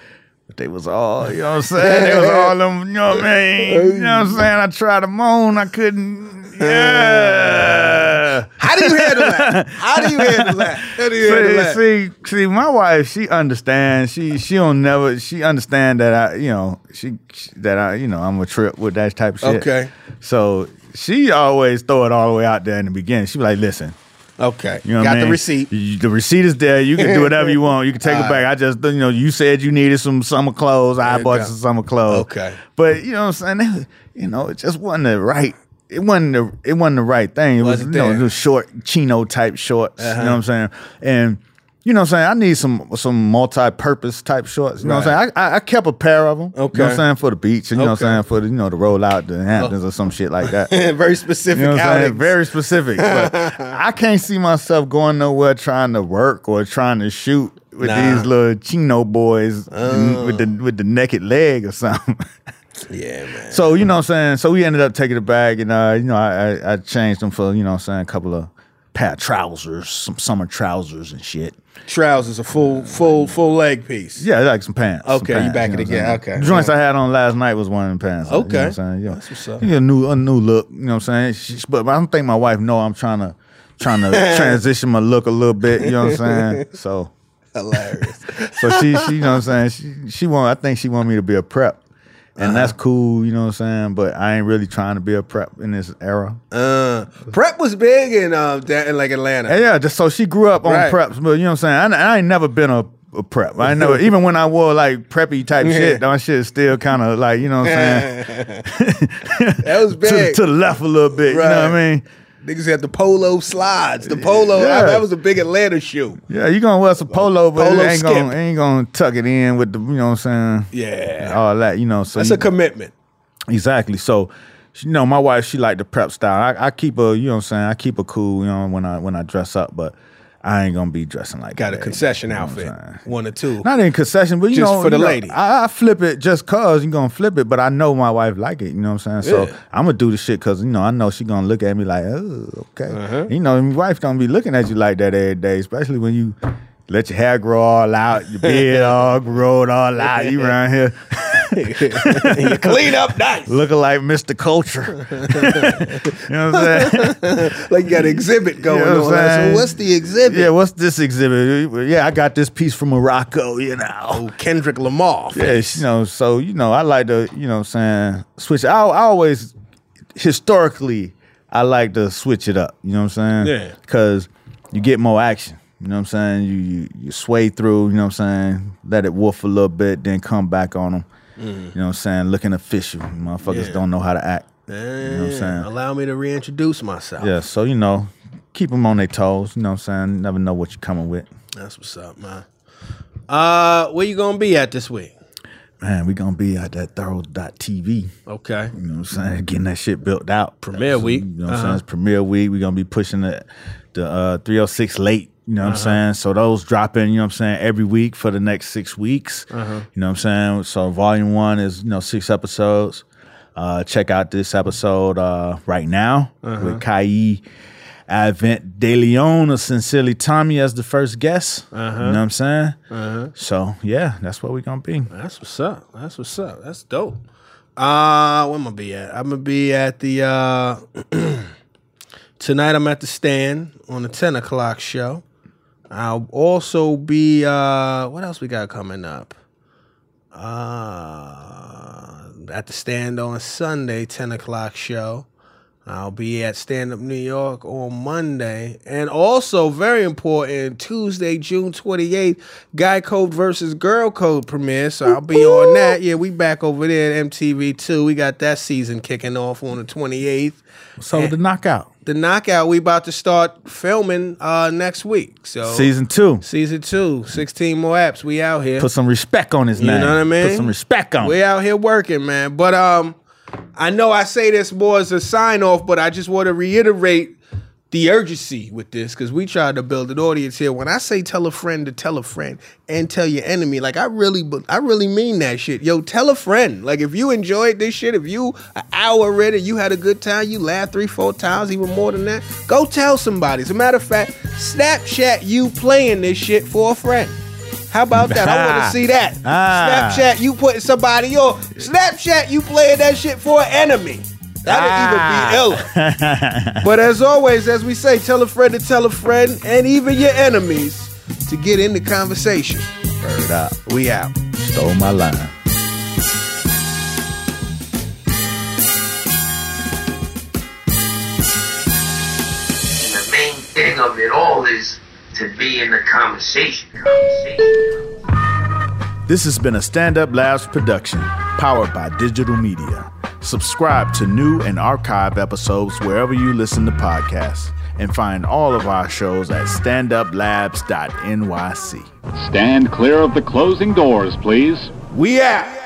C: They was all, you know what I'm saying? They was all them, you know what I mean? You know what I'm saying? I tried them on, I couldn't. Yeah.
B: How do you handle that? How do you handle that? How do you handle
C: See,
B: that?
C: see, see, my wife, she understands. She she don't never she understand that I, you know, she that I, you know, I'm a trip with that type of shit.
B: Okay.
C: So she always throw it all the way out there in the beginning. She be like, listen,
B: Okay.
C: You know what
B: Got
C: I mean?
B: the receipt.
C: You- the receipt is there. You can do whatever you want. You can take it back. I just, you know, you said you needed some summer clothes. I
B: you
C: bought
B: go.
C: some summer clothes.
B: Okay.
C: But you know what I'm saying? You know, it just wasn't the right. It wasn't the. It wasn't the right thing. It was,
B: Wasn't
C: you know,
B: there. Uh-huh.
C: the short chino type shorts. You know what I'm saying? And. You know what I'm saying? I need some some multi-purpose type shorts. You know what I'm saying? I, I, I kept a pair of them. You know what
B: Okay.
C: I'm saying? For the beach. You know what
B: Okay. Oh.
C: I'm saying? For the, you know, the roll out the Hamptons or some shit like that.
B: Very specific
C: You know what I'm saying?
B: outing.
C: Very specific. But I can't see myself going nowhere trying to work or trying to shoot with
B: Nah.
C: these little chino boys with the with the naked leg or something.
B: yeah, man.
C: so you know what I'm saying? So we ended up taking it back and uh, you know, I, I I changed them for, you know what I'm saying, a couple of pair of trousers, some summer trousers and shit.
B: Trousers, a full, full, full leg piece.
C: Yeah, like some pants. some
B: Okay, you
C: pants,
B: back it
C: know what I'm
B: again,
C: saying?
B: okay.
C: The joints I had on last night was one of the pants.
B: Okay.
C: You know what I'm saying? Yeah.
B: That's what's up.
C: You get a new a new look, you know what I'm saying? She, but I don't think my wife know I'm trying to trying to transition my look a little bit, you know what I'm saying? So
B: Hilarious.
C: so she she you know what I'm saying? She she want I think she want me to be a prep. And that's
B: Uh-huh.
C: cool, you know what I'm saying? But I ain't really trying to be a prep in this era.
B: Uh, prep was big in um that in like Atlanta.
C: And yeah, just so she grew up on
B: Right.
C: preps, but you know what I'm saying? I, I ain't never been a, a prep. I never, even when I wore like preppy type shit, that shit is still kind of like, you know what I'm saying?
B: That was
C: to, the-
B: big.
C: to the left a little bit, you know what I
B: Right.
C: mean?
B: Niggas had the polo slides, the polo.
C: Yeah.
B: that was a big Atlanta shoe.
C: Yeah, you gonna wear some polo, but
B: Polo
C: it ain't
B: skip.
C: gonna, ain't gonna tuck it in with the, you know what I'm saying?
B: Yeah.
C: All that, you know. So
B: That's
C: you-
B: a commitment.
C: Exactly. So, she- you know, my wife, she like the prep style. I, I keep her, you know what I'm saying? I keep her cool, you know, when I when I dress up, but I ain't gonna be dressing like
B: Got a
C: that, baby.
B: concession
C: You know what I'm
B: outfit,
C: saying?
B: one or two.
C: Not in concession, but you
B: Just
C: know,
B: for the
C: you know,
B: lady.
C: I, I flip it just cause you gonna flip it, but I know my wife like it. You know what I'm saying? So
B: Yeah.
C: I'm gonna do the shit cause you know I know she gonna look
B: Uh-huh.
C: at me like, oh, okay. You know, and your wife gonna be looking at you like that every day, especially when you Let your hair grow all out, your beard all growed all out. You around here
B: You clean up nice.
C: looking like Mr. Culture. you know what I'm saying?
B: Like you got an exhibit going
C: You know
B: on.
C: what I'm
B: Like, so
C: saying?
B: what's the exhibit?
C: Yeah, what's this exhibit? Yeah, I got this piece from Morocco, you know.
B: Oh, Kendrick Lamar.
C: Yeah, you know, so you know, I like to, you know, what I'm saying switch. I, I always historically, I like to switch it up. You know what I'm saying?
B: Yeah.
C: Because you get more action. You know what I'm saying? You you you sway through. You know what I'm saying? Let it woof a little bit, then come back on them. You know what I'm saying? Looking official, motherfuckers
B: Mm. Yeah.
C: don't know how to act.
B: Yeah,
C: You know what I'm saying?
B: Allow me to reintroduce myself.
C: Yeah, so you know, keep them on their toes. You know what I'm saying? Never know what you're coming with.
B: That's what's up, man. Uh, where you gonna be at this week?
C: Man, we gonna be at that thorough.tv.
B: Okay.
C: You know what I'm saying? Getting that shit built out.
B: Premiere week.
C: You know what I'm
B: Uh-huh.
C: saying? It's premiere week. We're gonna be pushing the the uh, 306 late. You know what
B: Uh-huh.
C: I'm saying? So those dropping, you know what I'm saying, every week for the next six weeks.
B: Uh-huh.
C: You know what I'm saying? So volume one is, you know, six episodes. Uh, check out this episode uh, right now
B: Uh-huh.
C: with Kai Advent De Leon of Sincerely Tommy as the first guest.
B: Uh-huh.
C: You know what I'm saying? So yeah, that's what we're gonna be.
B: That's what's up. That's what's up. That's dope. Uh, where am I gonna be at? I'm gonna be at the uh tonight. I'm at the stand on the ten o'clock show. I'll also be uh what else we got coming up? Uh at the stand on Sunday, ten o'clock show. I'll be at Stand Up New York on Monday. And also, very important, Tuesday, June 28th, Guy Code versus Girl Code premiere. So I'll be on that. Yeah, we back over there at MTV2. We got that season kicking off on the 28th.
C: So the knockout.
B: The Knockout, we about to start filming uh, next week. So
C: Season two.
B: season two, 16 more apps. We out here.
C: Put some respect on his
B: You
C: name.
B: know what I mean?
C: Put some respect on.
B: We
C: it.
B: out here working, man. But um, I know I say this more as a sign off, but I just want to reiterate the urgency with this because we tried to build an audience here. When I say tell a friend to tell a friend and tell your enemy, like I really, be- I really mean that shit. Yo, tell a friend. Like if you enjoyed this shit, if you an hour read it, you had a good time, you laughed three, four times, even more than that. Go tell somebody. As a matter of fact, Snapchat you playing this shit for a friend. How about that? I want to see that.
C: Ah.
B: Snapchat you putting somebody on. Snapchat, you playing that shit for an enemy. That'd even
C: Ah.
B: be ill. but as always, as we say, tell a friend to tell a friend and even your enemies to get in the conversation.
C: Word up.
B: We out.
C: Stole my line.
G: And the main thing of it all is to be in the conversation. conversation.
C: This has been a Stand Up Labs production, powered by digital media. Subscribe to new and archive episodes wherever you listen to podcasts, and find all of our shows at standuplabs.nyc.
H: Stand clear of the closing doors, please.
C: We out.